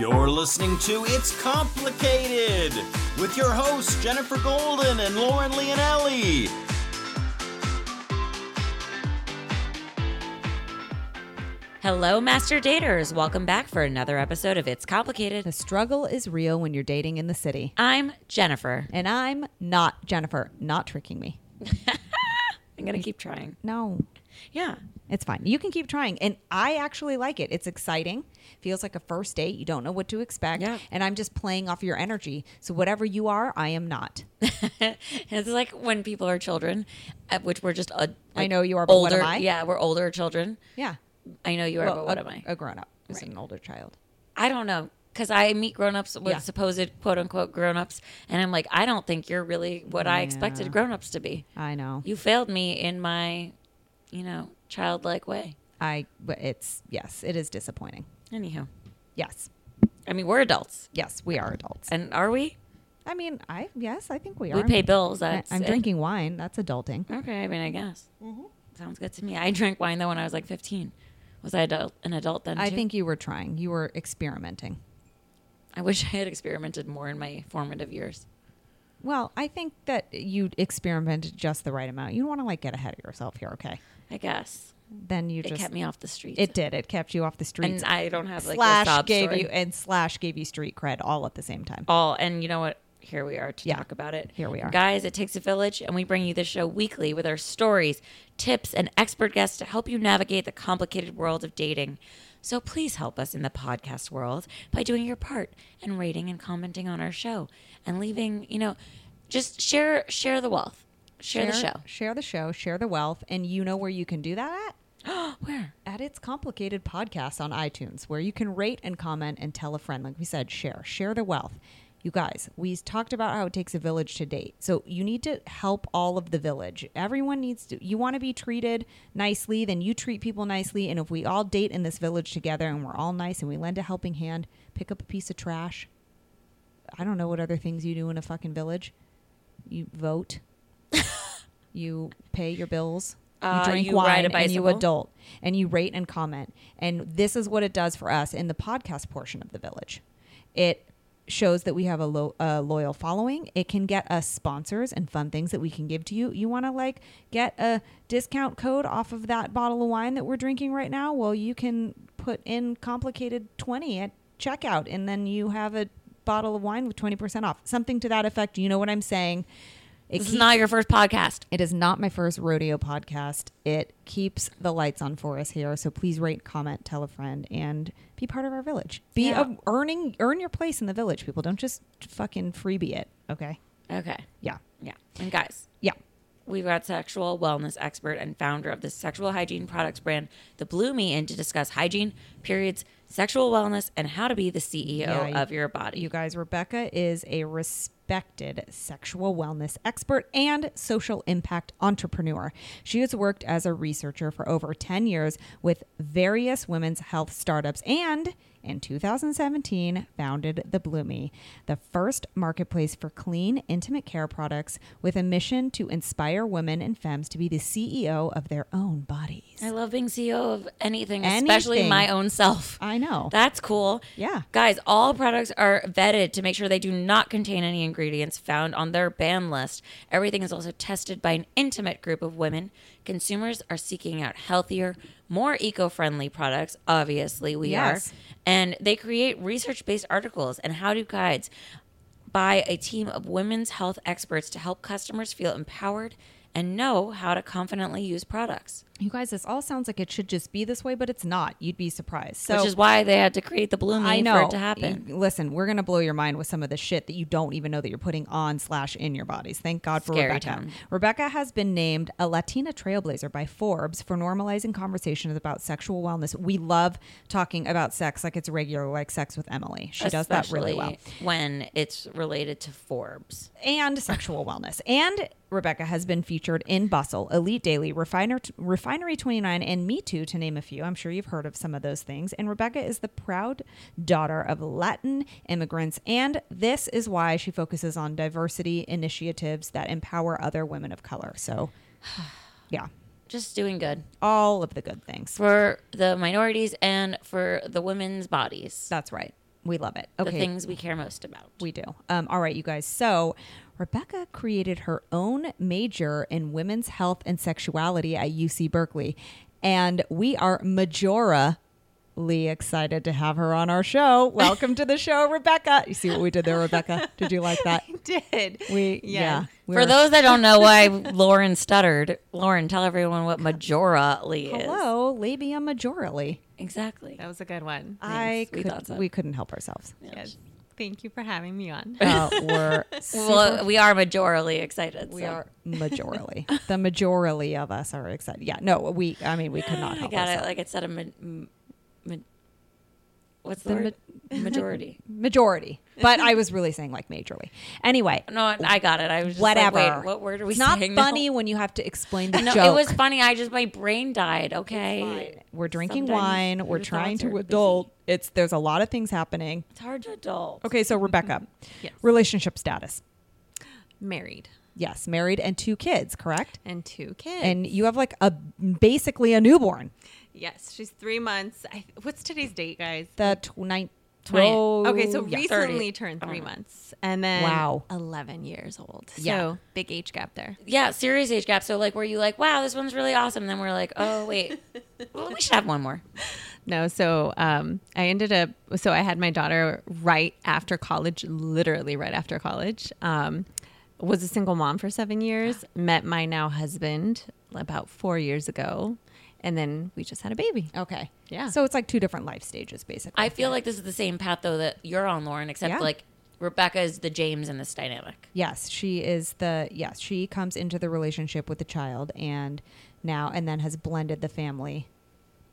listening to It's Complicated with your hosts, Jennifer Golden and Lauren Leonelli. Hello, Master Daters. Welcome back for another episode of It's Complicated. The struggle is real when you're dating in the city. I'm Jennifer. And I'm not Jennifer, not tricking me. I'm going to keep trying. No, Yeah. it's fine. You can keep trying. And I actually like it. It's exciting. Feels like a first date. You don't know what to expect. Yeah. And I'm just playing off your energy. So whatever you are, I am not. It's like when people are children, uh, which we're just uh, I like, know you are, but older. what am I? Yeah, we're older children. Yeah. I know you are, but Well, what a, am I? A grown up. Just Right. an older child. I don't know. Because I meet grown ups with Yeah. supposed quote unquote grown ups, and I'm like, I don't think you're really what I Yeah. expected grown ups to be. I know. You failed me in my, you know, childlike way. I, but it's, yes, it is disappointing. Anyhow, Yes. I mean, we're adults. Yes, we are adults. And are we? I mean, I, yes, I think we are. We pay bills. I, That's I'm it. drinking wine. That's adulting. Okay, I mean, I Mm-hmm. guess. Sounds good to me. I drank wine though when I was like 15. Was I adult, an adult then? I too? think you were trying. You were experimenting. I wish I had experimented more in my formative years. Well, I think that you experimented just the right amount. You don't want to like get ahead of yourself here, okay? I guess Then you it just kept me off the street. It did. It kept you off the streets. and I don't have like a slash sob gave story. you and slash gave you street cred all at the same time. all. And you know what? Here we are to Yeah. talk about it. Here we are. Guys, it takes a village, and we bring you this show weekly with our stories, tips, and expert guests to help you navigate the complicated world of dating. So please help us in the podcast world by doing your part and rating and commenting on our show and leaving, you know, just share share the wealth. Share, the show. Share the show. Share the wealth. And you know where you can do that at? Where? At its complicated podcast on iTunes, where you can rate and comment and tell a friend. Like we said, share. Share the wealth. You guys, we talked about how it takes a village to date. So you need to help all of the village. Everyone needs to, you want to be treated nicely, then you treat people nicely. And if we all date in this village together and we're all nice and we lend a helping hand, pick up a piece of trash. I don't know what other things you do in a fucking village. You vote, you pay your bills, you Uh, drink you wine, ride a and you bicycle. adult adult and you rate and comment. And this is what it does for us in the podcast portion of the village. It shows that we have a, lo- a loyal following. It can get us sponsors and fun things that we can give to you. You want to like get a discount code off of that bottle of wine that we're drinking right now? Well, you can put in complicated 20 at checkout and then you have a bottle of wine with 20% off. Something to that effect. You know what I'm saying? It This is keeps- not your first podcast. it is not my first rodeo podcast. It keeps the lights on for us here. So please rate, comment, tell a friend, and be part of our village. Be Yeah. a, earning earn your place in the village, people. Don't just fucking freebie it. Okay. Okay. Yeah. Yeah. And guys, Yeah. We've got sexual wellness expert and founder of the sexual hygiene products brand, The Blue Me, in to discuss hygiene, periods, sexual wellness, and how to be the CEO Yeah, you- of your body. You guys, Rebecca is a respected sexual wellness expert and social impact entrepreneur. She has worked as a researcher for over 10 years with various women's health startups and in 2017 founded the Bloomy, the first marketplace for clean intimate care products with a mission to inspire women and femmes to be the CEO of their own bodies. I love being CEO of anything, especially Anything. my own self. I know. That's cool. Yeah. Guys, all products are vetted to make sure they do not contain any ingredients found on their ban list. Everything is also tested by an intimate group of women. Consumers are seeking out healthier, more eco friendly products. Obviously, we Yes. are. And they create research based articles and how to guides by a team of women's health experts to help customers feel empowered and know how to confidently use products, you guys, this all sounds like it should just be this way, but it's not. You'd be surprised. So which is why they had to create the Blue I Me know. for it to happen. Y- Listen, we're gonna blow your mind with some of the shit that you don't even know that you're putting on slash in your bodies. Thank God for Scary Rebecca. town. Rebecca has been named a Latina trailblazer by Forbes for normalizing conversations about sexual wellness. We love talking about sex like it's regular, like sex with Emily. She does that really well. Especially When it's related to Forbes. and sexual wellness. And Rebecca has been featured in Bustle, Elite Daily, Refiner, Refinery 29, and Me Too, to name a few. I'm sure you've heard of some of those things. And Rebecca is the proud daughter of Latin immigrants. And this is why she focuses on diversity initiatives that empower other women of color. So, yeah, Just doing good all of the good things. for the minorities and for the women's bodies. That's right. We love it. the Okay. things we care most about. We do. Um, all right, you guys. So, Rebecca created her own major in women's health and sexuality at UC Berkeley. And we are majorly excited to have her on our show. Welcome to the show, Rebecca. You see what we did there, Rebecca? Did you like that? did. We, yeah. we For were- those that don't know why Lauren stuttered, Lauren, tell everyone what majorly is. Hello, Oh, labia majorly. Exactly. That was a good one. I we could- thought so. we couldn't help ourselves. Yes. Oh Thank you for having me on. Uh, we're Well, we are majorly excited. We so. are majorly. the majority of us are excited. Yeah, no, we. I mean, we could not I help got it. ourselves. Like I said, a ma- ma- what's the, The word? majority. Majority, but I was really saying like majorly. Anyway, No, I got it. I was just whatever. Like, Wait, what word are we It's not saying now? funny when you have to explain the No, joke. it was funny. I just my brain died. Okay, Fine. We're drinking Sometimes wine. We're your trying thoughts to are adult. busy. It's there's a lot of things happening. It's hard to adult. Okay, so Rebecca, Yes. relationship status. Married Yes, married and two kids, correct? and two kids. And you have like a basically a newborn. yes, she's three months. I, what's today's date, guys? The tw- nine, Twenty. twelve- okay, so yeah. recently 30. turned I don't three know. months, and then Wow. eleven years old. Yeah. So big age gap there. Yeah, serious age gap. So like, were you like, wow, this one's really awesome? And then we're like, oh wait, well, we should have one more. No, so um, I ended up. So I had my daughter right after college, literally right after college. Um, was a single mom for seven years. Met my now husband about four years ago, and then we just had a baby. Okay. Yeah. So it's like two different life stages, basically. I feel like this is the same path though that you're on, Lauren. Except Yeah. like Rebecca is the James in this dynamic. yes, she is the yes. She comes into the relationship with the child, and now and then has blended the family.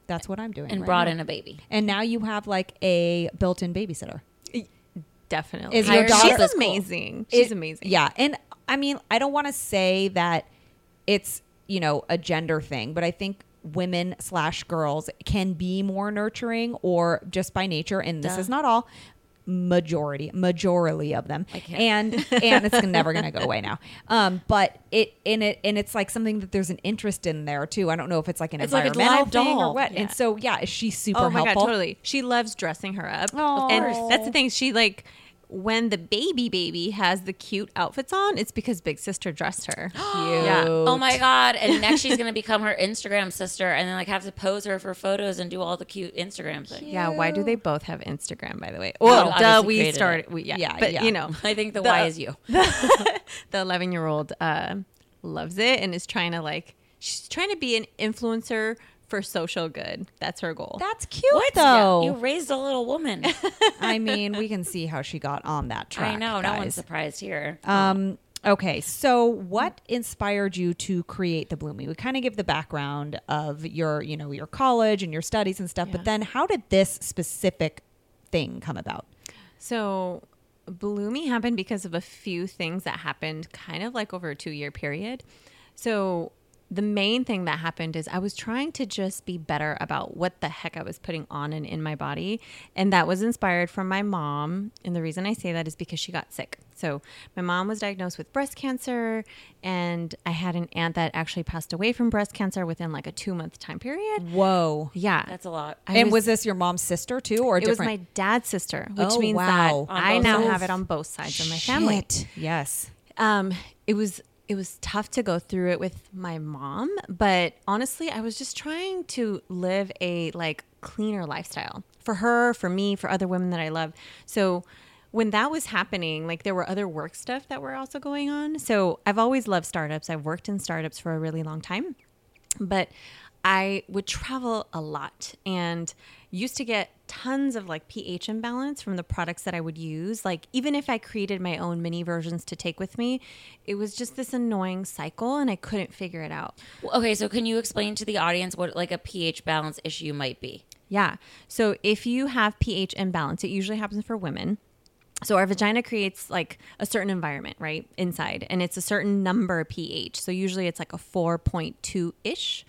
That's what I'm doing. And right brought now. in a baby. And now you have like a built-in babysitter. Definitely, Is your Hired daughter- She's is cool. amazing. She's It- amazing. Yeah, and I mean, I don't want to say that it's you know a gender thing, but I think women slash girls can be more nurturing or just by nature, and this Duh. is not all majority majority of them I can't. and and it's never gonna go away now um but it in it and it's like something that there's an interest in there too i don't know if it's like an It's like a environmental live thing or doll. what and Yeah. so yeah is she super oh my helpful god, totally. She loves dressing her up, Aw. Of course. and that's the thing. She like when the baby baby has the cute outfits on, it's because big sister dressed her. Yeah. Oh my god! And next she's gonna become her Instagram sister, and then like have to pose her for photos and do all the cute Instagram things. Yeah, why do they both have Instagram, by the way? Well, duh, obviously we created started. We, yeah, Yeah, but yeah. you know, I think the, The- why is you. the 11 year old uh, loves it and is trying to like, she's trying to be an influencer for social good. That's her goal. that's cute Yeah, though you raised a little woman. I mean, we can see how she got on that track. I know. No one's guys. surprised here. Um, okay, so what inspired you to create the Bloomy? We kind of give the background of your, you know, your college and your studies and stuff, but Yeah. then how did this specific thing come about? So Bloomy happened because of a few things that happened kind of like over a two year period. So the main thing that happened is I was trying to just be better about what the heck I was putting on and in my body. And that was inspired from my mom. And the reason I say that is because she got sick. So my mom was diagnosed with breast cancer. And I had an aunt that actually passed away from breast cancer within like a two month time period. Whoa! Yeah. Mm. That's a lot. I and was, this your mom's sister too, or a it was different? my dad's sister, which Oh, means wow. that On I both now sides. have it on both sides of my family. Shit. Yes. Um, it was it was tough to go through it with my mom, but honestly, I was just trying to live a like cleaner lifestyle for her, for me, for other women that I love. So when that was happening, like there were other work stuff that were also going on. So I've always loved startups. I've worked in startups for a really long time but I would travel a lot and used to get tons of like pH imbalance from the products that I would use. Like, even if I created my own mini versions to take with me, it was just this annoying cycle and I couldn't figure it out. Well, Okay, so can you explain to the audience what like a pH balance issue might be? Yeah. So if you have pH imbalance, it usually happens for women. So our vagina creates like a certain environment, right? Inside, and it's a certain number pH. So usually it's like a 4.2 ish.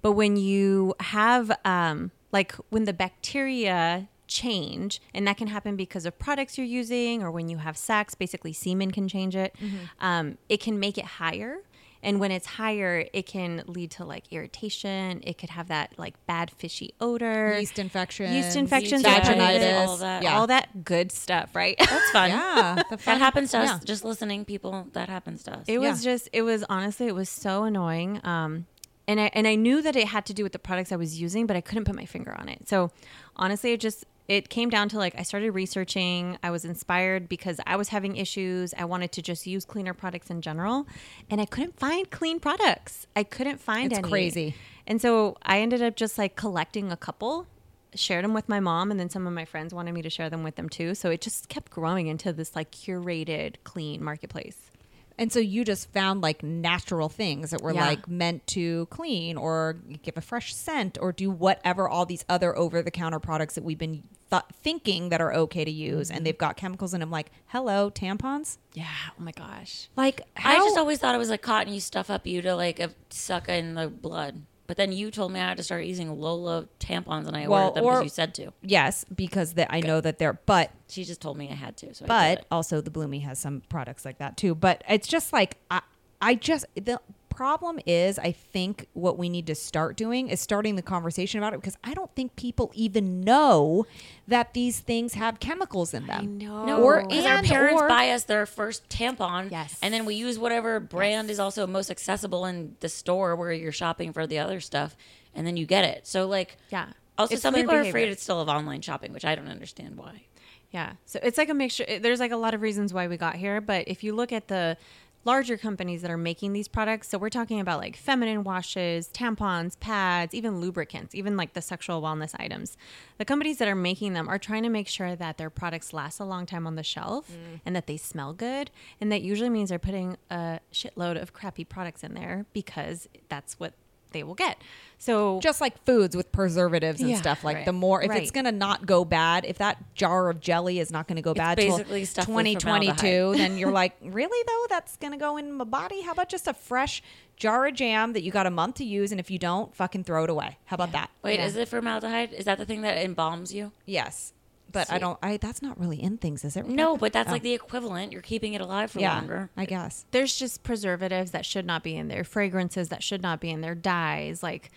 But when you have, um, like, when the bacteria change, and that can happen because of products you're Mm-hmm. using or when you have sex, basically semen can change it, um, it can make it higher. And when it's higher, it can lead to like irritation. It could have that like bad fishy odor, Yeast infections, yeast infections, vaginitis, vaginitis, all that. Yeah. all that good stuff, right? That's fun. Yeah, the That fuck- happens to us. yeah. Just listening, people, that happens to us. It was Yeah. just it was honestly it was so annoying. Um and I and I knew that it had to do with the products I was using, but I couldn't put my finger on it. So honestly it just it came down to like I started researching. I was inspired because I was having issues. I wanted to just use cleaner products in general, and I couldn't find clean products. I couldn't find It's any. crazy. And so I ended up just like collecting a couple, shared them with my mom, and then some of my friends wanted me to share them with them too. So it just kept growing into this like curated clean marketplace. And so you just found like natural things that were Yeah. like meant to clean or give a fresh scent or do whatever all these other over the counter products that we've been th- thinking that are okay to use and they've got chemicals in them like hello tampons. Yeah. Oh my gosh. Like I how just always thought it was like cotton. You stuff up you to like uh, suck in the blood. But then you told me I had to start using Lola tampons, and I Well, ordered them because or- you said to. Yes, because that I know that they're but She just told me I had to. So I did but it. also the bloomy has some products like that too but it's just like i i just the problem is i think what we need to start doing is starting the conversation about it because i don't think people even know that these things have chemicals in them know. no, or or because our and parents or- buy us their first tampon, Yes. and then we use whatever brand is also most accessible in the store where you're shopping for the other stuff, and then you get it. So like, Yeah. Also, It's some learned people are behavior. afraid it's still of online shopping, which I don't understand why. Yeah. So it's like a mixture. it- There's like a lot of reasons why we got here, but if you look at the larger companies that are making these products, so we're talking about like feminine washes, tampons, pads, even lubricants, even like the sexual wellness items. The companies that are making them are trying to make sure that their products last a long time on the shelf and that they smell good, and that usually means they're putting a shitload of crappy products in there because that's what they will get. So just like foods with preservatives and Yeah, stuff like right, the more if it's right. going to not go bad if that jar of jelly is not going to go bad basically till stuff with 2022 then you're like really though that's going to go in my body how about just a fresh jar of jam that you got a month to use and if you don't fucking throw it away how about that Wait, Yeah. is it formaldehyde? Is that the thing that embalms you? yes but i Sweet. don't i that's not really in things is it No, Rebecca? but that's Oh. like the equivalent. You're keeping it alive for yeah longer. i guess there's just preservatives that should not be in there, fragrances that should not be in there, dyes. Like,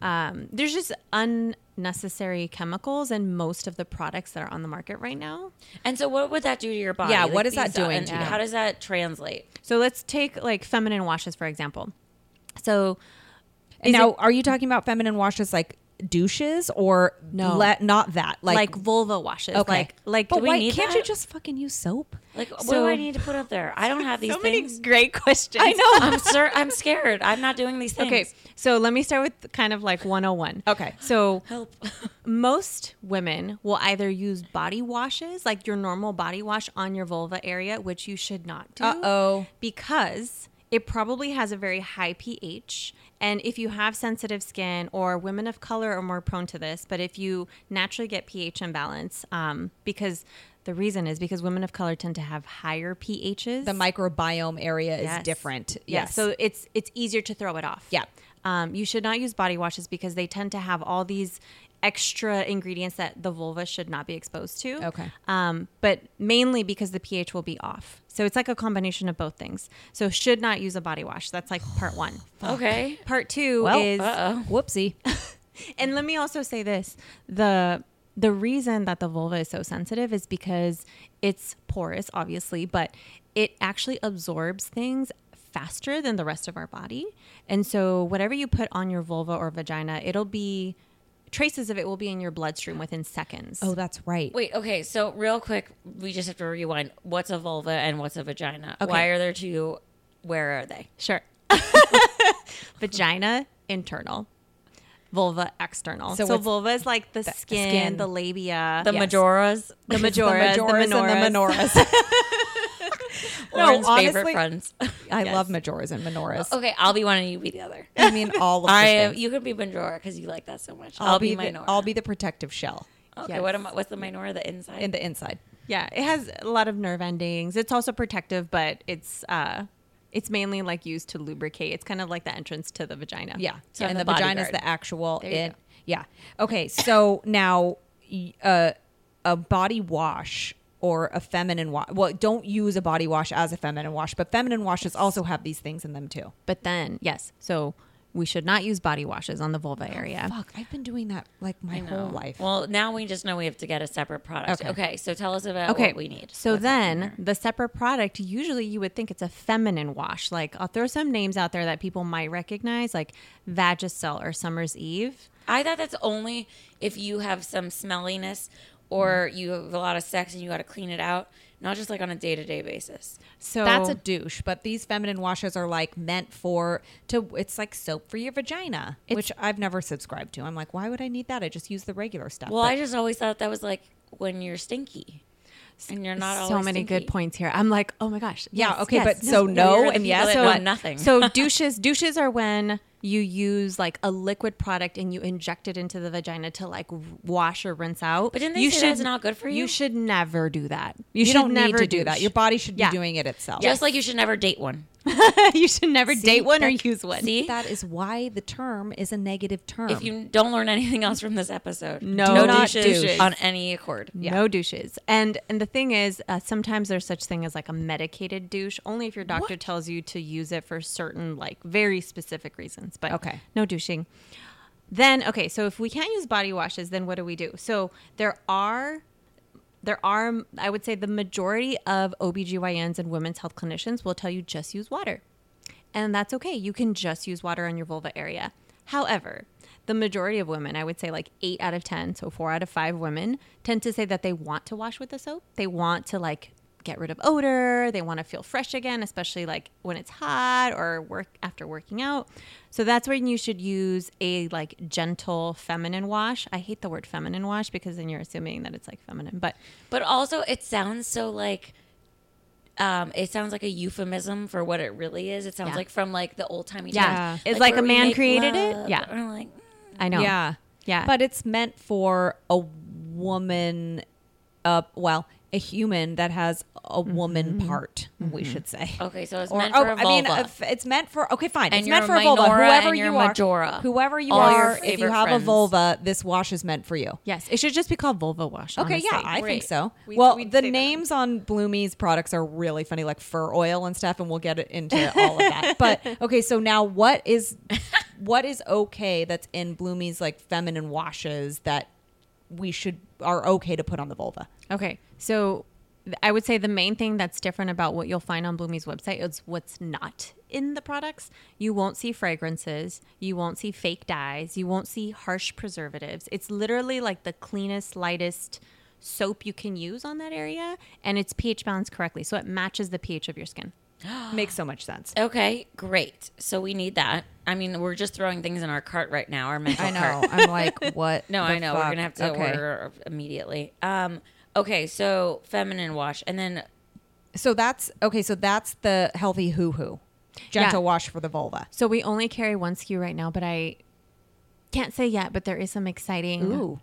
um, there's just unnecessary chemicals in most of the products that are on the market right now. And so, what would that do to your body? Yeah, what is that these- doing and to you? How does that translate? So let's take like feminine washes for example. So and Is now it- are you talking about feminine washes like douches or No. let, not that like, like vulva washes, okay like like but do we why need can't that? you just fucking use soap Like, what do So- I need to put up there? I don't have these so many things. great questions. I know. I'm sir. I'm scared. I'm not doing these things. Okay, so let me start with kind of like 101. Okay. So help. most women will either use body washes, like your normal body wash, on your vulva area, which you should not do. Uh-oh. Because it probably has a very high pH. And if you have sensitive skin or women of color are more prone to this, but if you naturally get pH imbalance, um, because the reason is because women of color tend to have higher pHs. the microbiome area is Yes. different. Yeah, Yes. So it's it's easier to throw it off. Yeah. Um, you should not use body washes because they tend to have all these extra ingredients that the vulva should not be exposed to. Okay. Um, but mainly because the pH will be off. So it's like a combination of both things. So should not use a body wash. That's like part one. okay. Part two well, is uh-oh. whoopsie. and let me also say this the the reason that the vulva is so sensitive is because it's porous obviously but it actually absorbs things faster than the rest of our body and so whatever you put on your vulva or vagina it'll be traces of it will be in your bloodstream within seconds oh, that's right. Wait. Okay. So, real quick, we just have to rewind. What's a vulva and what's a vagina? Okay. Why are there two? Where are they? sure vagina internal vulva external So so, it's vulva is like the, skin, skin. the labia The Yes. majoras. the majoras, the majoras and the menoras. No, Lauren's favorite honestly- friends. I love majoras and menoras. okay, I'll be one and you be the other. I mean, all of the Oh. I am. things. You could be Majora because you like that so much. I'll, be, the, Minora. I'll be the protective shell Okay, Yes. what am I, what's the Minora? The inside. in the inside. Yeah, it has a lot of nerve endings. It's also protective, but it's uh it's mainly like used to lubricate. It's kind of like the entrance to the vagina. Yeah. So and I'm the, the vagina is bodyguard. the actual you in. go. Yeah. Okay. So now y- uh, a body wash or a feminine wash. Well, don't use a body wash as a feminine wash, but feminine washes also have these things in them too. But then, yes, so we should not use body washes on the vulva area. Fuck, I've been doing that like my whole life. Well, now we just know we have to get a separate product. Okay, Okay. so tell us about okay what we need. so What's then the separate product usually you would think it's a feminine wash like i'll throw some names out there that people might recognize like vagicel or summer's eve I thought that's only if you have some smelliness or you have a lot of sex and you got to clean it out, not just like on a day to day basis. so That's a douche, but these feminine washes are like meant for to it's like soap for your vagina, which I've never subscribed to. I'm like, why would I need that? I just use the regular stuff. Well, But I just always thought that was like when you're stinky and you're not so always many good stinky. points here i'm like oh my gosh Yeah, yes, okay, yes, but yes. so you're no the and people yes. that So, know nothing. so douches douches are when you use like a liquid product and you inject it into the vagina to like w- wash or rinse out But didn't they you say that's not good for you? you should never do that you, should don't never need to do that. douche. Your body should be Yeah. doing it itself. just like you should never date one. you should never date one or that- use one See? That is why the term is a negative term. If you don't learn anything else from this episode, Um, No, no not douches douches. on any accord. no douches and and the thing is uh, sometimes there's such thing as like a medicated douche only if your doctor tells you to use it for certain like very specific reasons but Okay. no douching then okay so if we can't use body washes then what do we do so there are there are i would say the majority of obgyns and women's health clinicians will tell you just use water and that's okay you can just use water on your vulva area however the majority of women i would say like 8 out of 10 so 4 out of 5 women tend to say that they want to wash with the soap they want to like get rid of odor they want to feel fresh again especially like when it's hot or work after working out so that's when you should use a like gentle feminine wash i hate the word feminine wash because then you're assuming that it's like feminine but But also, it sounds so like. Um, it sounds like a euphemism for what it really is. It sounds Yeah. like from like the old timey. Yeah. times, It's like where a we man make created it. love. Yeah. And I'm like, "Mm, i know Yeah. Yeah. But it's meant for a woman uh well, a human that has a woman Mm-hmm. part, we should say. okay, so it's Or, meant oh, for a I mean, vulva. if it's meant for okay, fine. And it's you're meant a for a vulva. minora Whoever and you're you a are, majora. whoever you All your are, if you favorite have friends. a vulva, this wash is meant for you. yes it should just be called vulva wash Okay, yeah, honestly. I think Right. so. We- well, we'd the say that. names on Bloomy's products are really funny, like fur oil and stuff, and we'll get it into all of that. But okay, so now what is what is okay that's in Bloomy's like feminine washes that we should are okay to put on the vulva? Okay. So th- I would say the main thing that's different about what you'll find on Bloomy's website is what's not in the products. You won't see fragrances, you won't see fake dyes, you won't see harsh preservatives. It's literally like the cleanest, lightest soap you can use on that area and it's pH balanced correctly so it matches the pH of your skin. Makes so much sense. okay, great. So we need that. I mean, we're just throwing things in our cart right now. Our mental I know. cart. I'm like, what? No, the I know. We're fuck? gonna have to order immediately. Um, okay, so feminine wash, and then So that's okay. So that's the healthy hoo hoo, gentle Yeah. wash for the vulva. So we only carry one SKU right now, but I can't say yet, but there is some exciting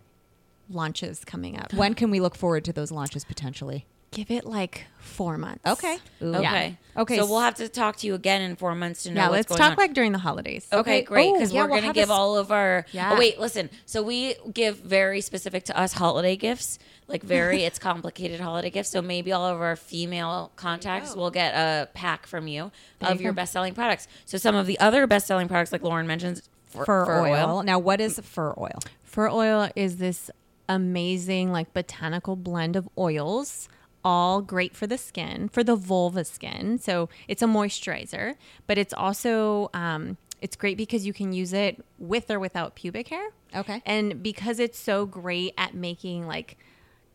launches coming up. When can we look forward to those launches potentially? Give it like 4 months. Okay. Ooh. Yeah. okay, Okay, So s- we'll have to talk to you again in four months to know. Yeah, what's going let's talk on. like during the holidays. Okay, Okay. great. Oh, Because yeah, we're we'll gonna have give a s- all of our. Yeah. Oh, wait, listen. So we give very specific to us holiday gifts, like very it's complicated holiday gifts. So maybe all of our female contacts will get a pack from you of your best selling products. So some of the other best selling products, like Lauren mentions, fur, Fur, fur oil. Now, what is fur oil? Fur oil is this amazing like botanical blend of oils, all great for the skin, for the vulva skin. So it's a moisturizer, but it's also um, it's great because you can use it with or without pubic hair. Okay. And because it's so great at making like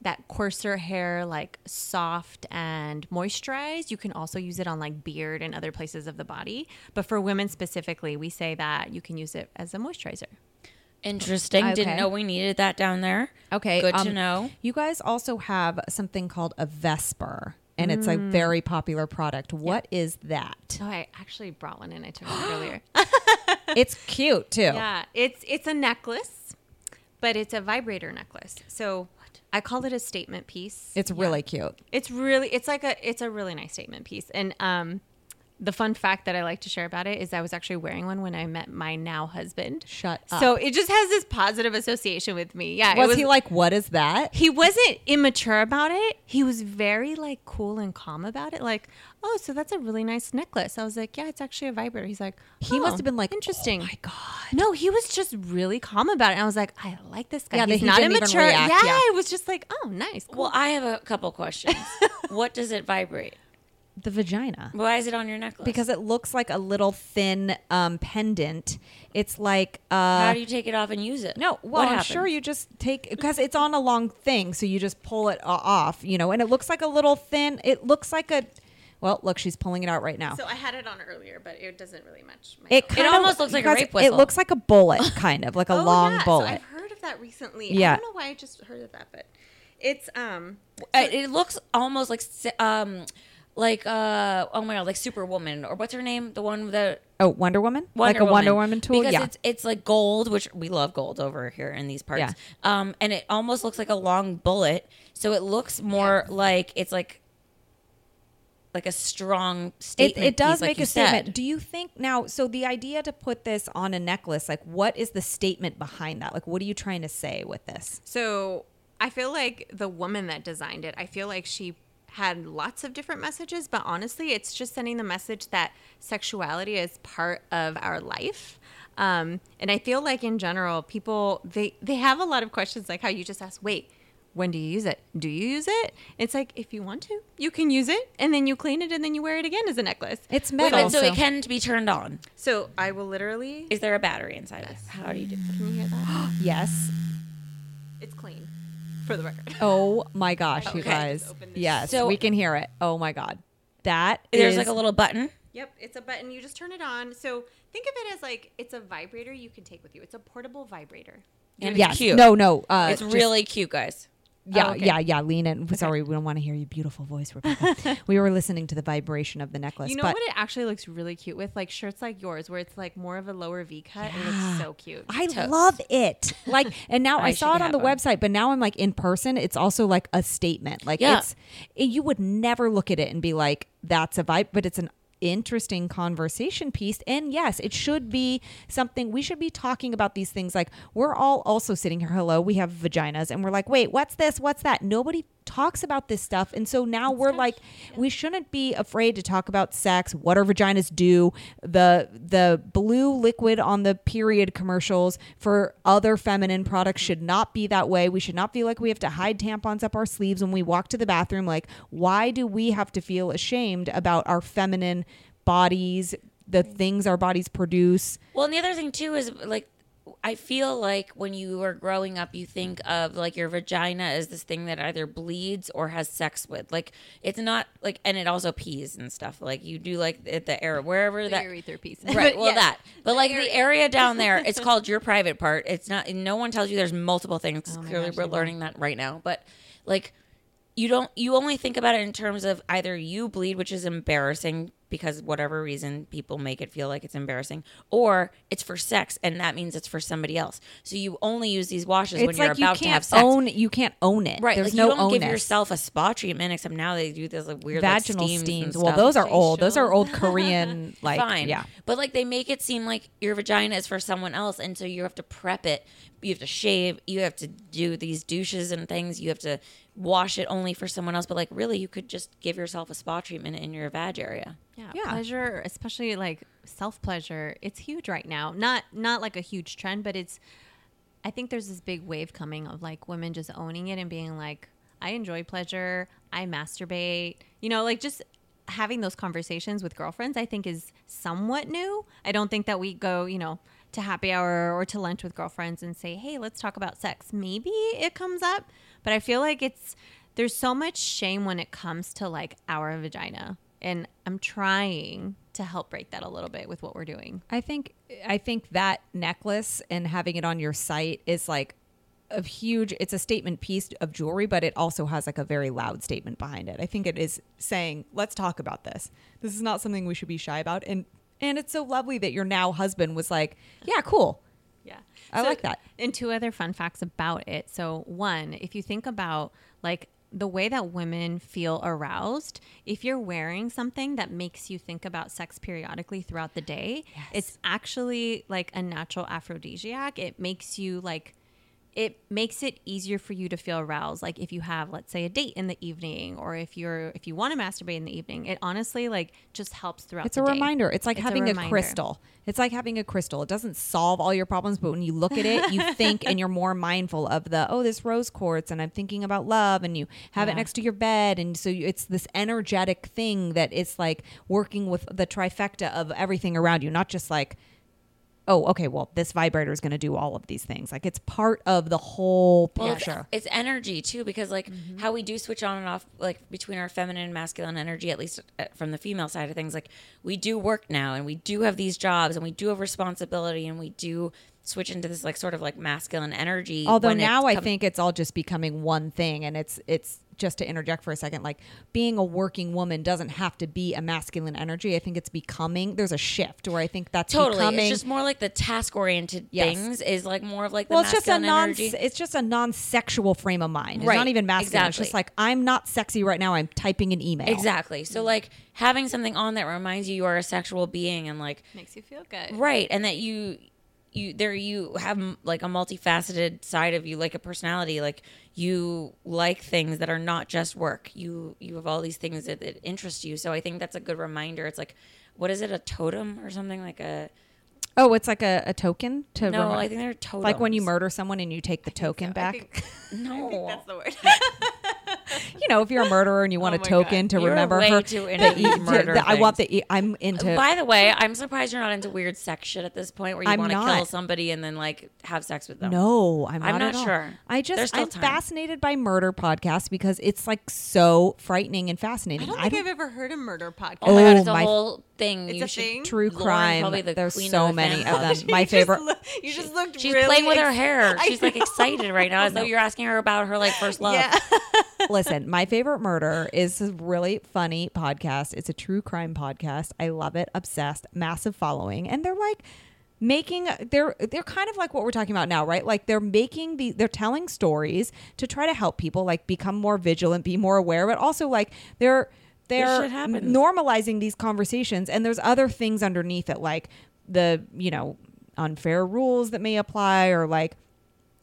that coarser hair like soft and moisturized, you can also use it on like beard and other places of the body. But for women specifically, we say that you can use it as a moisturizer. Interesting. Didn't Okay. know we needed that down there. Okay. Good to um, know. You guys also have something called a Vesper, and it's a Mm. very popular product. What is that? Oh, I actually brought one and I took it earlier. Oh. it's cute too. Yeah, it's it's a necklace, but it's a vibrator necklace. So I call it a statement piece. It's really cute. It's really it's like a it's a really nice statement piece. And um the fun fact that I like to share about it is I was actually wearing one when I met my now husband. Shut So it just has this positive association with me. Yeah. it was he like, what is that? he wasn't immature about it. He was very like cool and calm about it. Like, oh, so that's a really nice necklace. I was like, yeah, it's actually a vibrator. He's like, He must "Oh, have been like, interesting. Oh my God. no, he was just really calm about it. And I was like, I like this guy. Yeah, that he's he not didn't even immature. react, yeah, yeah. I was just like, oh, nice. Cool. Well, I have a couple questions. what does it vibrate? The vagina. Why is it on your necklace? Because it looks like a little thin um, pendant. It's like. Uh, how do you take it off and use it? No, well, What I'm happens? sure you just take because it's on a long thing, so you just pull it o- off, you know, and it looks like a little thin. It looks like a, well, look, she's pulling it out right now. so I had it on earlier, but it doesn't really match. My it It kinda- almost looks like a because rape It whistle. Oh, looks like a bullet, kind of like Oh, a long bullet. heard of that recently. I Yeah. I don't don't know why I just heard of that, but it's um Uh, it looks almost like si- um like uh oh my god like superwoman or what's her name the one that oh, Wonder Woman, like a Wonder Woman tool. because yeah, it's it's like gold which we love gold over here in these parts Yeah. um and it almost looks like a long bullet so it looks more like it's like like a strong it, statement it does piece, like make you a statement. said. Do you think now? So the idea to put this on a necklace, like, what is the statement behind that? Like, what are you trying to say with this? So I feel like the woman that designed it, I feel like she had lots of different messages, but honestly, it's just sending the message that sexuality is part of our life. Um, and I feel like in general, people they they have a lot of questions like how you just asked, wait, when do you use it? Do you use it? It's like if you want to, you can use it, and then you clean it, and then you wear it again as a necklace. It's Wait, metal. but so so- it can be turned on So I will literally. is there a battery inside it how do you do Can you hear that? yes. It's clean, for the record. Oh my gosh, you Okay. guys. Yes, So- we can hear it. Oh my god. that is there's like a little button Yep, it's a button. You just turn it on. So think of it as like it's a vibrator you can take with you. It's a portable vibrator. and yes. it's cute No, no. Uh, it's just- really cute guys Yeah, Oh, okay. yeah, yeah. Lean in. Sorry, we don't want to hear your beautiful voice, Rebecca. we were listening to the vibration of the necklace. You know but what it actually looks really cute with? Like shirts like yours where it's like more of a lower V cut. It looks so cute. I Toast. love it. Like, and now I, I saw should it on the have one. website, but now I'm like in person. It's also like a statement. Like, Yeah. it's it, you would never look at it and be like, "That's a vibe," but it's an interesting conversation piece. And yes, it should be something we should be talking about these things. Like, we're all also sitting here. Hello, we have vaginas, and we're like, "Wait, what's this? What's that?" Nobody talks about this stuff, and so now we're like, we shouldn't be afraid to talk about sex. What our vaginas do. The the blue liquid on the period commercials for other feminine products should not be that way. We should not feel like we have to hide tampons up our sleeves when we walk to the bathroom. Like, why do we have to feel ashamed about our feminine bodies, the things our bodies produce? Well, and the other thing too is like I feel like when you are growing up, you think of like your vagina as this thing that either bleeds or has sex with. Like it's not like, and it also pees and stuff. Like you do like at the area wherever that urethra piece. Right. But Well, yes, that. But like the area down there, it's called your private part. It's not. No one tells you there's multiple things. Oh 'cause clearly, we're learning that right now. But like, you don't. You only think about it in terms of either you bleed, which is embarrassing because whatever reason people make it feel like it's embarrassing, or it's for sex, and that means it's for somebody else. So you only use these washes when it's you're like you about to have can't sex. own. You can't own it. Right, There's like no you don't own give yourself a spa treatment, except now they do this like weird like, vaginal steams. and steams. Well, stuff. those are old. Those are old Korean. Like, fine. yeah. But like they make it seem like your vagina is for someone else, and so you have to prep it. You have to shave. You have to do these douches and things. You have to wash it only for someone else. But like really, you could just give yourself a spa treatment in your vag area. Yeah, Yeah. pleasure, especially like self pleasure, it's huge right now. Not not like a huge trend, but it's. I think there's this big wave coming of like women just owning it and being like, I enjoy pleasure, I masturbate, you know, like just having those conversations with girlfriends. I think is somewhat new. I don't think that we go, you know. To happy hour or to lunch with girlfriends and say, hey, let's talk about sex. Maybe it comes up, but I feel like it's there's so much shame when it comes to like our vagina and i'm trying to help break that a little bit with what we're doing I think I think that necklace and having it on your site is like a huge it's a statement piece of jewelry but it also has like a very loud statement behind it. I think it is saying let's talk about this. This is not something we should be shy about and and it's so lovely that your now husband was like, "Yeah, cool." yeah I like that. and two other fun facts about it so one if you think about like the way that women feel aroused, if you're wearing something that makes you think about sex periodically throughout the day, it's actually like a natural aphrodisiac. It makes you like it makes it easier for you to feel aroused like if you have let's say a date in the evening or if you're if you want to masturbate in the evening it honestly like just helps throughout It's the a day. reminder. It's like It's a having a, reminder. crystal. It's like having a crystal. It doesn't solve all your problems, but when you look at it, you think and you're more mindful of the oh, this rose quartz, and I'm thinking about love, and you have it Yeah. next to your bed, and so you, it's this energetic thing that it's like working with the trifecta of everything around you, not just like oh, okay, well, this vibrator is going to do all of these things. Like it's part of the whole Well, picture. it's, it's energy too, because like Mm-hmm. how we do switch on and off, like between our feminine and masculine energy, at least uh, from the female side of things, like we do work now and we do have these jobs and we do have responsibility and we do switch into this like sort of like masculine energy. Although when it's now I com- think it's all just becoming one thing, and it's it's just to interject for a second, like being a working woman doesn't have to be a masculine energy. I think it's becoming. There's a shift where I think that's totally, Becoming, it's just more like the task oriented Yes. things is like more of like the well, it's just a masculine non energy. it's just a non sexual frame of mind. It's Right. not even masculine. It's just Exactly. like I'm not sexy right now. I'm typing an email. Exactly. So like having something on that reminds you you are a sexual being and like makes you feel good right and that you you there you have m- like a multifaceted side of you like a personality like you like things that are not just work you you have all these things that, that interest you so i think that's a good reminder it's like what is it a totem or something like a Oh, it's like a, a token to no remind- i think they're totems like when you murder someone and you take the token back. no that's the word you know, if you're a murderer and you want Oh a my token to You're remember way her, too the into e- these murder the- I want things. the e- I'm into By the way, I'm surprised you're not into weird sex shit at this point where you I'm want to not. kill somebody and then like have sex with them. No, I'm not. I'm at not all. sure. I There's just still I'm time. fascinated by murder podcasts because it's like so frightening and i fascinating. don't think i've ever heard a murder podcast Oh my god, Oh, it's a my- whole thing. It's you a should- thing? true Lauren, crime. probably the There's queen so of the many fan of club. them. My You just favorite. loo- you just looked. She's really playing with her ex- hair. I She's like know. excited right now, as though you're asking her about her like first love. Yeah. listen, my favorite murder is a really funny podcast. It's a true crime podcast. I love it. Obsessed, massive following, and they're like making they're they're kind of like what we're talking about now, right? Like they're making the they're telling stories to try to help people like become more vigilant, be more aware, but also like they're they're shit happens. normalizing these conversations and there's other things underneath it like the, you know, unfair rules that may apply or like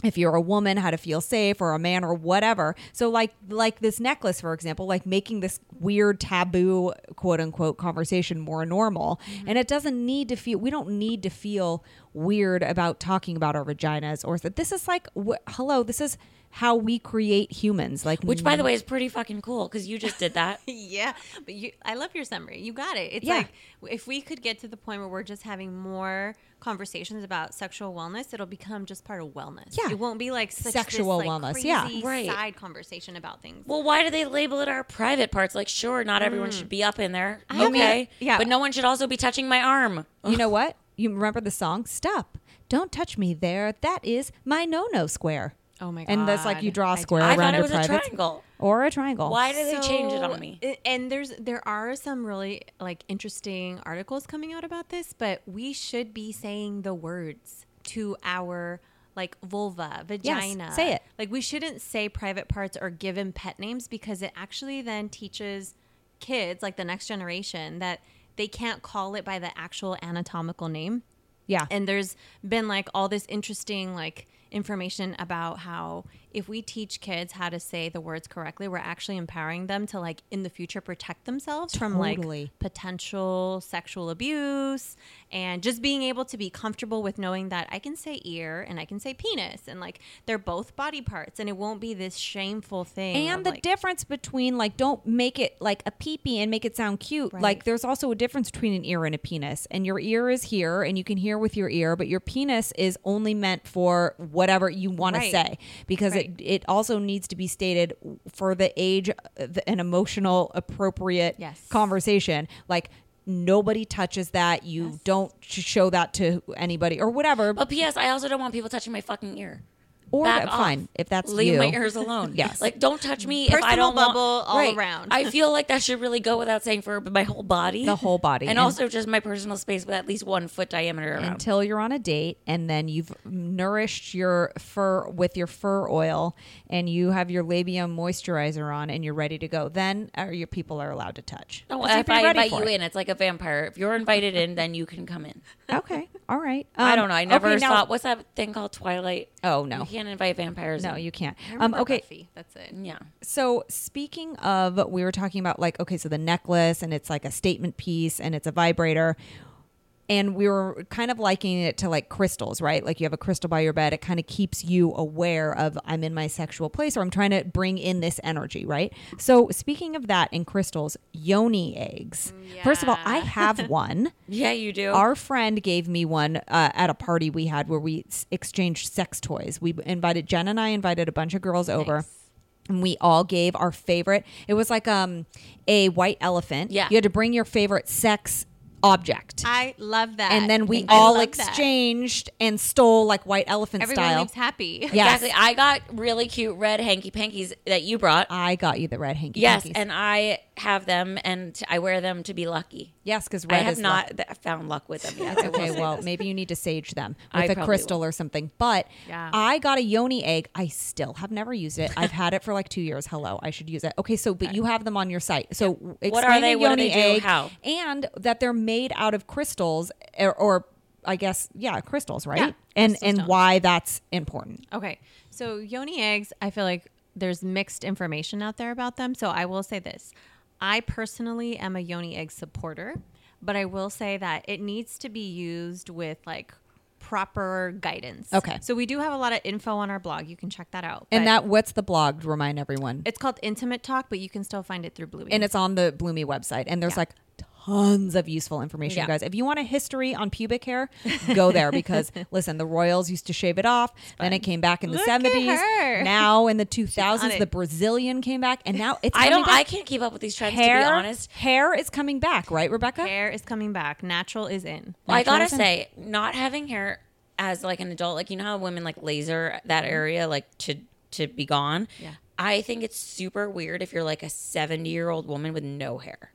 if you're a woman how to feel safe or a man or whatever so like like this necklace for example like making this weird taboo quote unquote conversation more normal Mm-hmm. and it doesn't need to feel we don't need to feel weird about talking about our vaginas or that this is like wh- hello this is how we create humans like Which, by the way, is pretty fucking cool because you just did that. yeah, but you, I love your summary. You got it. It's Yeah. like if we could get to the point where we're just having more conversations about sexual wellness, it'll become just part of wellness. Yeah. it won't be like such Sexual this, like, wellness, Crazy yeah. Right. Side conversation about things. Well, why do they label it our private parts? Like, sure, not everyone Mm. should be up in there. okay, mean, yeah. but no one should also be touching my arm. you know what you remember the song stop don't touch me there that is my no-no square Oh my and that's like God. you draw I a do- square I around thought it your was a privates triangle. or a triangle Why did they change it on me? So, a- And there's there are some really like interesting articles coming out about this, but we should be saying the words to our like vulva, vagina. say it. Like we shouldn't say private parts or give them pet names because it actually then teaches kids, like the next generation, that they can't call it by the actual anatomical name yeah and there's been like all this interesting like information about how if we teach kids how to say the words correctly we're actually empowering them to like in the future protect themselves from Totally. like potential sexual abuse and just being able to be comfortable with knowing that I can say ear and I can say penis and like they're both body parts and it won't be this shameful thing And of, the like, difference between like don't make it like a peepee and make it sound cute. Like Right. there's also a difference between an ear and a penis. And your ear is here and you can hear with your ear, but your penis is only meant for whatever you want Right. to say because Right. it it also needs to be stated for the age uh, the- an emotional appropriate Yes. conversation. Like nobody touches that. You don't sh- show that to anybody or whatever. Oh, But P.S. I also don't want people touching my fucking ear. Or Back that- off. fine if that's leave you. my ears alone. Yes. like don't touch me. if I Personal don't want- bubble all Right. around. I feel like that should really go without saying for my whole body, The whole body. and, And- also just my personal space with at least one foot diameter around. until you're on a date and then you've nourished your fur with your fur oil and you have your labium moisturizer on and you're ready to go then are your people are allowed to touch no, So if you're I ready invite for you it. in, it's like a vampire. If you're invited in, then you can come in. okay all right I Um, don't know. I never okay, now- thought what's that thing called Twilight? Oh, no. you can't invite vampires. no in. you can't um I remember okay Buffy. That's it. Yeah, So speaking of, we were talking about like okay, so the necklace and it's like a statement piece and it's a vibrator. And we were kind of likening it to like crystals, right? Like you have a crystal by your bed, it kind of keeps you aware of I'm in my sexual place or I'm trying to bring in this energy, right? So speaking of that in crystals, yoni eggs. First of all, I yeah. have one. yeah, you do. Our friend gave me one uh, at a party we had where we s- exchanged sex toys. We invited Jen and I invited a bunch of girls over. And we all gave our favorite. It was like um a white elephant. Yeah. You had to bring your favorite sex object. I love that. and then we I all love that. exchanged and stole like white elephant Everyone style. leaves happy. yes. Exactly. I got really cute red hanky pankies that you brought. I got you the red hanky. yes, pankies. and I have them, and I wear them to be lucky. yes, because I red have is not th- found luck with them yet. I will Okay, say well, this. maybe you need to sage them I with a probably crystal or something. But Yeah. I got a yoni egg. I still have never used it. I've had it for like two years. Hello, I should use it. Okay, so but you have them on your site. So explain What are they? a What do yoni they do? egg How? and that they're made out of crystals or. or I guess yeah, crystals, right? Yeah, and crystal and stones. why that's important. Okay. So yoni eggs, I feel like there's mixed information out there about them. So I will say this. I personally am a yoni egg supporter, but I will say that it needs to be used with like proper guidance. Okay. So we do have a lot of info on our blog. You can check that out. And But that what's the blog to remind everyone? it's called Intimate Talk, but you can still find it through Bluey. and it's on the Bloomy website. And there's like tons of useful information, you Yeah. guys. If you want a history on pubic hair, go there because listen, the royals used to shave it off. Then it came back in the Look at 70s. her. Now in the on 2000s, it. the Brazilian came back, and now it's I coming don't. I Back. can't keep up with these trends. hair, to be honest, hair is coming back, right, Rebecca? hair is coming back. Natural is in. I gotta Naturalism? say, not having hair as like an adult, like you know how women like laser that area, like to to be gone. Yeah. I think it's super weird if you're like a seventy year old woman with no hair.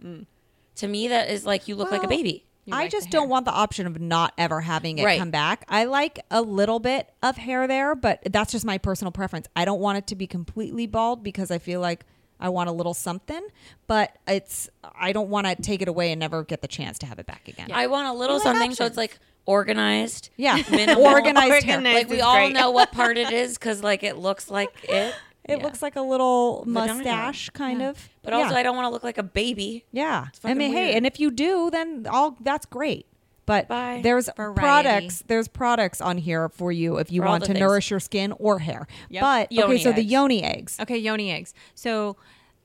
To me, that is like Mm. you look like a Well, baby. You I like the just don't hair. want the option of not ever having it Right. come back. I like a little bit of hair there, but that's just my personal preference. I don't want it to be completely bald because I feel like I want a little something, but it's I don't want to take it away and never get the chance to have it back again. I want a little like something, so it's options. like organized. Yeah, minimal. organized hair. Organized. Like we is all great. know what part it is because like it looks like it. It Yeah. looks like a little Vagina. mustache kind of. But also, yeah. I don't want to look like a baby. Yeah. I fucking mean, hey, weird. and if you do, then all that's great. But Bye. there's Variety. products. There's products on here for you if you For all want the to things. nourish your skin or hair. Yep. But okay, Yoni so the eggs. yoni eggs. Okay, yoni eggs. So,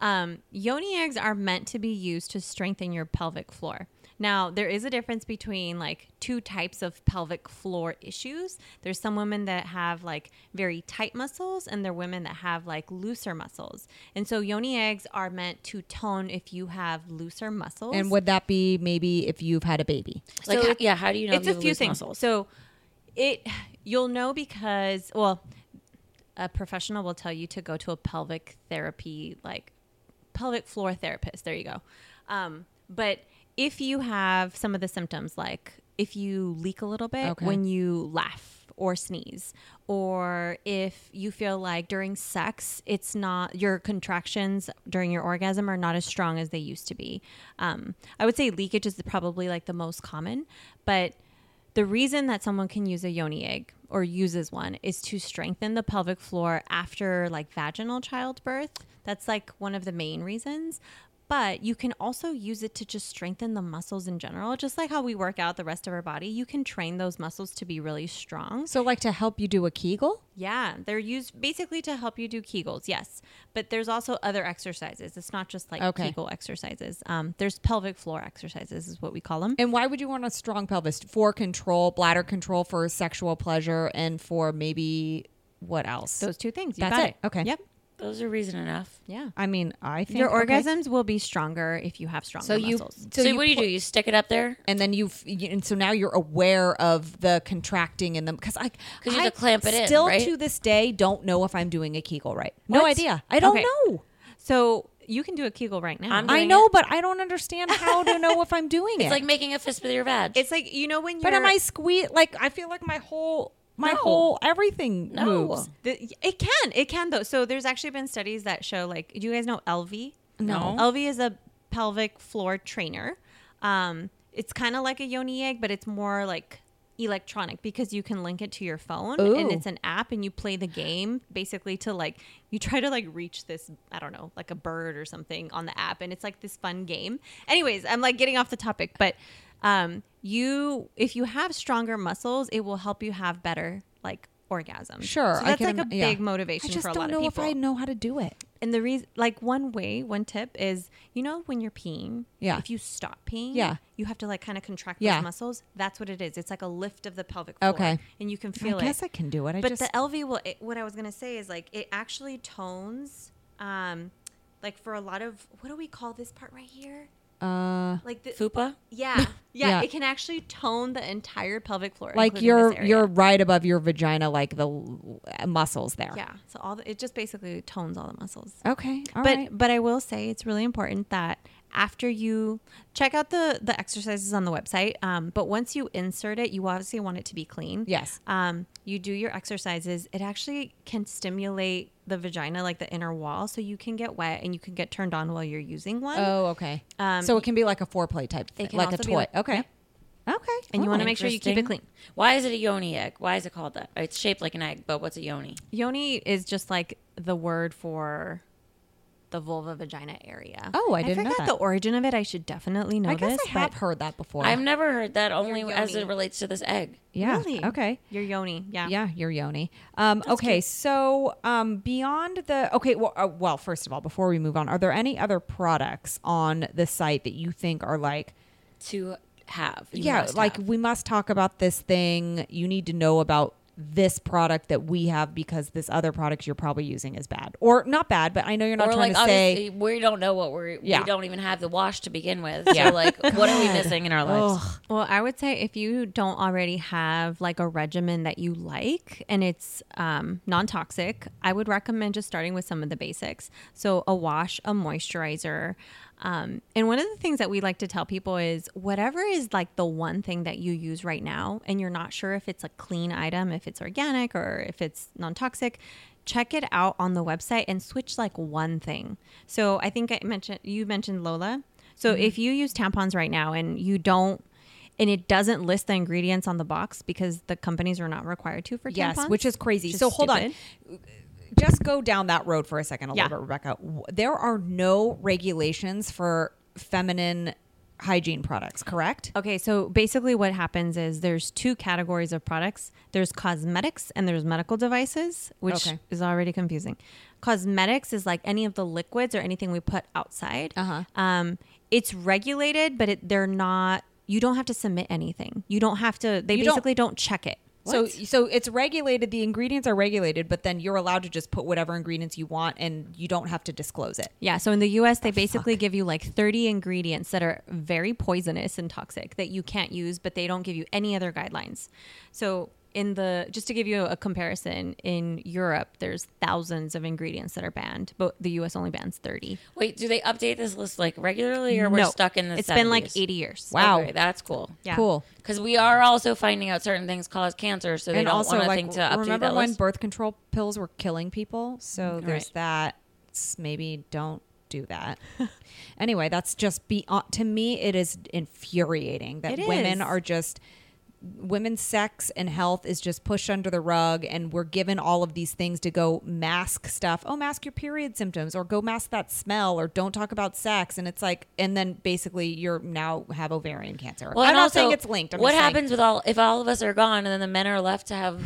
um, yoni eggs are meant to be used to strengthen your pelvic floor. Now, there is a difference between like two types of pelvic floor issues. There's some women that have like very tight muscles, and there are women that have like looser muscles. And so, yoni eggs are meant to tone if you have looser muscles. And would that be maybe if you've had a baby? Like, So ho- it- yeah, how do you know? it's you a have few loose things. muscles? So, it you'll know because well, a professional will tell you to go to a pelvic therapy, like pelvic floor therapist. There you go. Um, but if you have some of the symptoms, like if you leak a little bit Okay. when you laugh or sneeze, or if you feel like during sex, it's not your contractions during your orgasm are not as strong as they used to be. Um, I would say leakage is probably like the most common, but the reason that someone can use a yoni egg or uses one is to strengthen the pelvic floor after like vaginal childbirth. That's like one of the main reasons. But you can also use it to just strengthen the muscles in general, just like how we work out the rest of our body. You can train those muscles to be really strong. So like to help you do a Kegel? Yeah, they're used basically to help you do Kegels, yes. But there's also other exercises. It's not just like Okay. Kegel exercises. Um, there's pelvic floor exercises, is what we call them. And why would you want a strong pelvis for control, bladder control for sexual pleasure and for maybe what else? Those two things. You That's got it. Okay. Yep. Those are reason enough. Yeah. I mean, I think Your okay. orgasms will be stronger if you have stronger So you, muscles. So, what do you put- do? You stick it up there? and then you've you, and so now you're aware of the contracting in them because I 'Cause you I have to clamp it in, still right? to this day don't know if I'm doing a Kegel right. No What? idea. I don't Okay. know. So you can do a Kegel right now. I'm I doing know, it. but I don't understand how to know if I'm doing it. It's like making a fist with your vag. it's like you know when you're. but am I squeeze? Like I feel like my whole my No. whole everything No. moves. The, it can, it can though. So there's actually been studies that show, like, do you guys know LV? No. LV is a pelvic floor trainer. Um, it's kind of like a yoni egg, but it's more like electronic because you can link it to your phone Ooh. and it's an app and you play the game basically to like you try to like reach this I don't know like a bird or something on the app and it's like this fun game. Anyways, I'm like getting off the topic, but um you if you have stronger muscles, it will help you have better like orgasm. Sure, So I that's can like a im- yeah. big motivation I just for a don't lot know of people. if I know how to do it. And the reason, like one way, one tip is, you know, when you're peeing, Yeah. if you stop peeing, Yeah. you have to like kind of contract Yeah. those muscles. That's what it is. It's like a lift of the pelvic floor, Okay. and you can feel I guess it. I can do it. I but just the LV will. It, what I was gonna say is like it actually tones, um, like for a lot of what do we call this part right here? uh, Like the fupa. yeah, yeah, Yeah. It can actually tone the entire pelvic floor, like including you're this area. you're right above your vagina, like the l- uh, muscles there. yeah. So all the, it just basically tones all the muscles. Okay. all right. but but I will say it's really important that after you check out the the exercises on the website, um, but once you insert it, you obviously want it to be clean. Yes. Um, you do your exercises. It actually can stimulate the vagina, like the inner wall, so you can get wet and you can get turned on while you're using one. Oh, okay. Um, so it can be like a foreplay type thing, can like a also be toy. like- okay. yep. Okay. Oh, And you All wanna right. make sure you keep it Interesting. clean. Why is it a yoni egg? Why is it called that? Oh, It's shaped like an egg, but what's a yoni? Yoni is just like the word for the vulva vagina area. Oh, I didn't know forgot that. the origin of it. I should definitely know I guess this. I have but- heard that before. I've never heard that only as yoni. it relates to this egg. yeah. Really? Okay. Your yoni. Yeah. Yeah, your yoni. Um, okay, so um, beyond the okay, well, uh, well, first of all, before we move on, are there any other products on the site that you think are like, To have. you yeah, must like have. we must talk about this thing. You need to know about this product that we have because this other product you're probably using is bad or not bad, but I know you're not or like trying to say. obviously we don't know what we're Yeah. we don't even have the wash to begin with. So like what are we missing in our lives? Ugh. Well, I would say if you don't already have like a regimen that you like and it's um, non toxic, I would recommend just starting with some of the basics. So, a wash, a moisturizer. Um, and one of the things that we like to tell people is whatever is like the one thing that you use right now and you're not sure if it's a clean item, if it's organic or if it's non toxic, check it out on the website and switch like one thing. So, I think I mentioned, you mentioned Lola. So, if you use tampons right now and you don't, and it doesn't list the ingredients on the box because the companies are not required to for Yes, tampons, which is crazy. so hold on. stupid. Just go down that road for a second a Yeah. little bit, Rebecca. W- There are no regulations for feminine hygiene products, correct? Okay, so basically what happens is there's two categories of products. There's cosmetics and there's medical devices, which Okay. is already confusing. Cosmetics is like any of the liquids or anything we put outside. Uh-huh. Um, it's regulated, but it, they're not. You don't have to submit anything. You don't have to. They You don't- basically don't, check it. So so it's regulated, the ingredients are regulated, but then you're allowed to just put whatever ingredients you want and you don't have to disclose it. Yeah, so in the US, Oh, they basically give you like 30 ingredients that are very poisonous and toxic that you can't use, but they don't give you any other guidelines. So, in the just to give you a comparison, in Europe, there's thousands of ingredients that are banned, but the US only bans 30. Wait, do they update this list like regularly or we're stuck in the It's been like 70s? 80 years. Wow. Okay, that's cool. Yeah. Cool. Because we are also finding out certain things cause cancer, so they and don't also want to like think to update remember that when list. Mm-hmm. birth control pills were killing people? So there's Right. that. S- Maybe don't do that. anyway, that's just be uh, to me it is infuriating that It women is. are just women's sex and health is just pushed under the rug and we're given all of these things to go mask stuff. Oh, mask your period symptoms or go mask that smell or don't talk about sex and it's like and then basically you're now have ovarian cancer. Well, I'm and not also, saying it's linked. I'm what just saying- happens with all if all of us are gone and then the men are left to have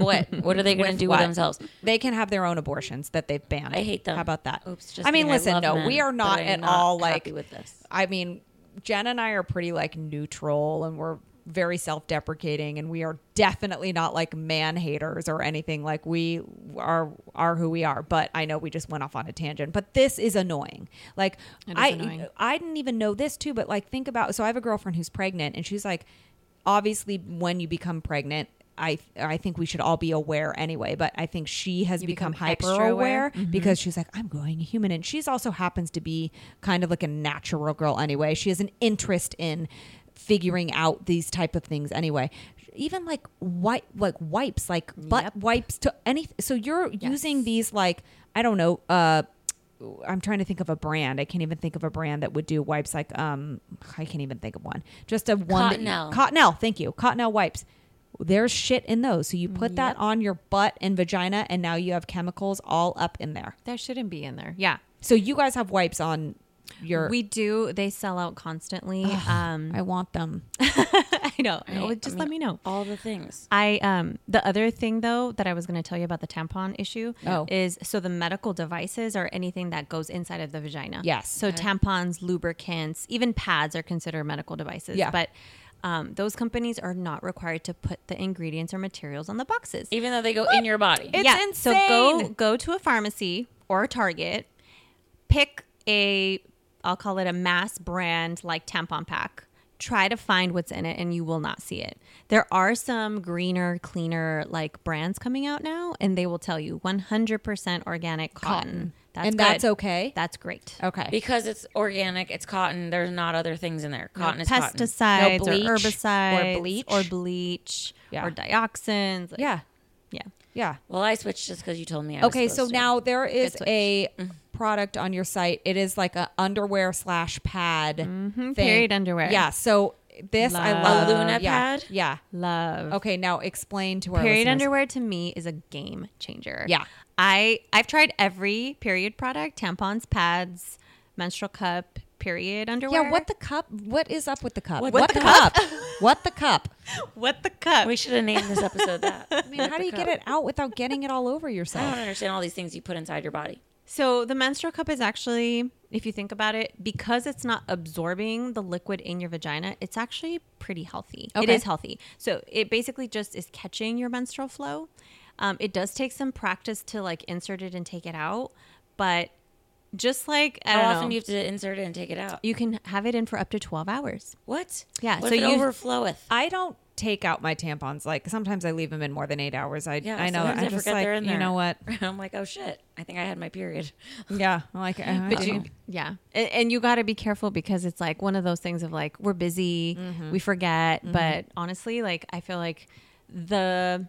what? What are they going to do what? with themselves? They can have their own abortions that they've banned. I hate them. How about that? Oops, just I mean, kidding. I listen, love no, men, we are but not I'm at not all happy like. with this. I mean, Jen and I are pretty like neutral, and we're very self-deprecating and we are definitely not like man haters or anything like we are are who we are but i know we just went off on a tangant but this is annoying like is i annoying. i didn't even know this too but like think about so i have a girlfriend who's pregnant and she's like obviously when you become pregnant I, I think we should all be aware anyway, but I think she has You become, become hyper extra aware, aware. because she's like, I'm growing a human. And she's also happens to be kind of like a natural girl anyway. She has an interest in figuring out these type of things anyway. Even like wipe, like wipes, like butt Yep. wipes to any. So you're using Yes. these like I don't know. uh I'm trying to think of a brand. I can't even think of a brand that would do wipes like um I can't even think of one. Just a one that you- Cottonelle. Cottonelle, thank you. Cottonelle wipes. There's shit in those. So you put that on your butt and vagina and now you have chemicals all up in there. That shouldn't be in there. Yeah. So you guys have wipes on Er. your We do. They sell out constantly. um, I want them. I know. Oh, I just mean, let me know. all the things. I um the other thing though that I was going to tell you about the tampon issue Oh. is so the medical devices are anything that goes inside of the vagina. Yes. So tampons, lubricants, even pads are considered medical devices. Yeah. But um, those companies are not required to put the ingredients or materials on the boxes. Even though they go in your body. It's So go insane. go to a pharmacy or a Target, pick a I'll call it a mass brand like tampon pack. Try to find what's in it and you will not see it. There are some greener, cleaner like brands coming out now and they will tell you 100% organic cotton. Cotton. That's And good. that's okay? Oh, That's great. Okay. because it's organic, it's cotton, there's not other things in there. Cotton is cotton. Pesticides No bleach or or herbicides bleach. or bleach Yeah. or dioxins. Like, yeah. Yeah. Yeah. Well, I switched just because you told me I was Okay, so supposed to. now there is Good switch. a product on your site. It is like a underwear slash pad thing. Mm-hmm, period underwear. Yeah. So this I love Love. A Luna yeah, pad? Yeah. Love. Okay, now explain to our period listeners. underwear to me is a game changer. Yeah. I I've tried every period product, tampons, pads, menstrual cup, period underwear. Yeah, what the cup? What is up with the cup? What, the the cup? what the cup? what the cup? We should have named this episode that. I mean, how do you get it out without getting it all over yourself? I don't understand all these things you put inside your body. So the menstrual cup is actually, if you think about it, because it's not absorbing the liquid in your vagina, it's actually pretty healthy. It Okay. is healthy. So it basically just is catching your menstrual flow. Um, it does take some practice to like insert it and take it out, but just like I How don't often know, do you have to insert it and take it out? you can have it in for up to 12 hours. What? Yeah, What so if it you- overfloweth? I don't take out my tampons. Like sometimes I leave them in more than eight hours. I Yeah, I know. sometimes I'm just like you know what? I'm like, oh shit! I think I had my period. Yeah, I'm like I- I But don't you, know. yeah, and, and you got to be careful because it's like one of those things of like we're busy, Mm-hmm. we forget. But honestly, like I feel like the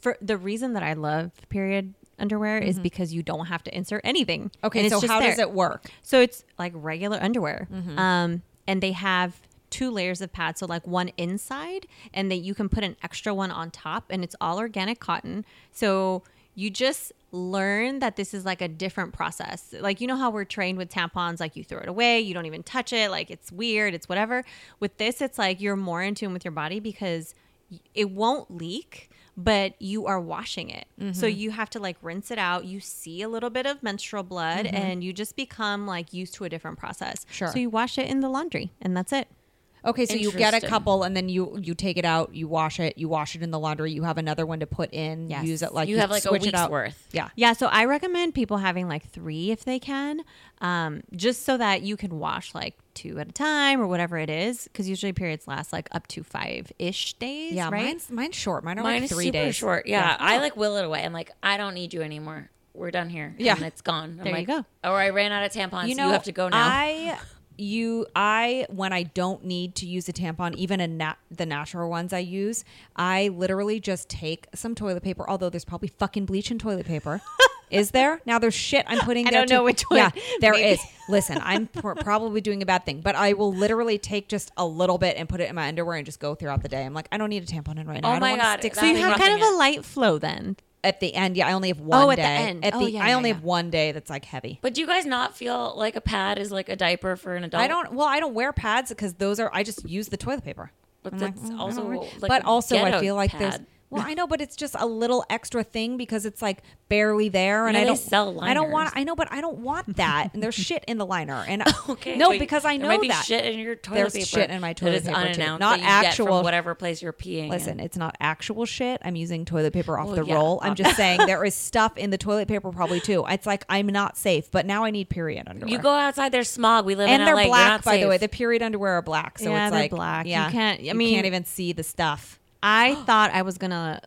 for the reason that I love period underwear is because you don't have to insert anything. Mm-hmm. okay. And it's So just how does there. it work? So it's like regular underwear, um, and they have two layers of pads. So like one inside, and then you can put an extra one on top, and it's all organic cotton. So you just learn that this is like a different process. Like you know how we're trained with tampons, like you throw it away, you don't even touch it, like it's weird, it's whatever. With this, it's like you're more in tune with your body because y- it won't leak but you are washing it so Mm-hmm. you have to like rinse it out you see a little bit of menstrual blood and you just become like used to a different process Mm-hmm. Sure. so you wash it in the laundry and that's it Okay, so you get a Interesting. couple, and then you you take it out, you wash it, you wash it in the laundry. You have another one to put in. Yes. Use it like You have, like, a switch it week's out. worth. Yeah. yeah so i recommend people having like three if they can um, just so that you can wash like two at a time or whatever it is because usually periods last like up to five-ish days Yeah, right mine's mine's short. Mine are Mine like is three super days. Oh. short. Yeah, I like will it away. I'm like, I don't need you anymore. We're done here. Yeah. and it's gone. I'm There you like, go. Or I ran out of tampons. You, you have to go now. I you I when I don't need to use a tampon, even a nat- the natural ones I use, I literally just take some toilet paper. Although there's probably fucking bleach in toilet paper. Is there now? There's shit I'm putting. I there don't too. know which one. Yeah, there Maybe. is. Listen, I'm pr- probably doing a bad thing, but I will literally take just a little bit and put it in my underwear and just go throughout the day. I'm like, I don't need a tampon in right now. Oh I don't my wanna God, Stick so you Exactly. have kind of Roughing a it. light flow then at the end. Yeah, I only have one at day. the end. At Oh, the yeah, I yeah, only yeah. have one day that's like heavy. but do you guys not feel like a pad is like a diaper for an adult? I don't. Well, I don't wear pads because those are. I just use the toilet paper. But I'm like, that's "Mm, I don't also wear-" Oh, like but a also I ghetto feel like there's. pad. Well, I know, but it's just a little extra thing because it's like barely there, and Yeah, I they don't sell I don't want. liners. I know, but I don't want that. And there's shit in the liner, and Okay. no, but because I know there might be that shit in your toilet There's paper. shit in my that toilet is paper, too. unannounced that Not you get from actual- whatever place you're peeing. in. Listen, it's not actual shit. I'm using toilet paper off Well, the yeah, roll. I'm just saying there is stuff in the toilet paper probably too. It's like I'm not safe, but now I need period underwear. you go outside. There's smog. We live and in they're LA. You're black, not by the way. safe. The period underwear are black, so Yeah, it's they're like black. You Yeah, can't- I you mean- can't even see the stuff. I thought I was gonna.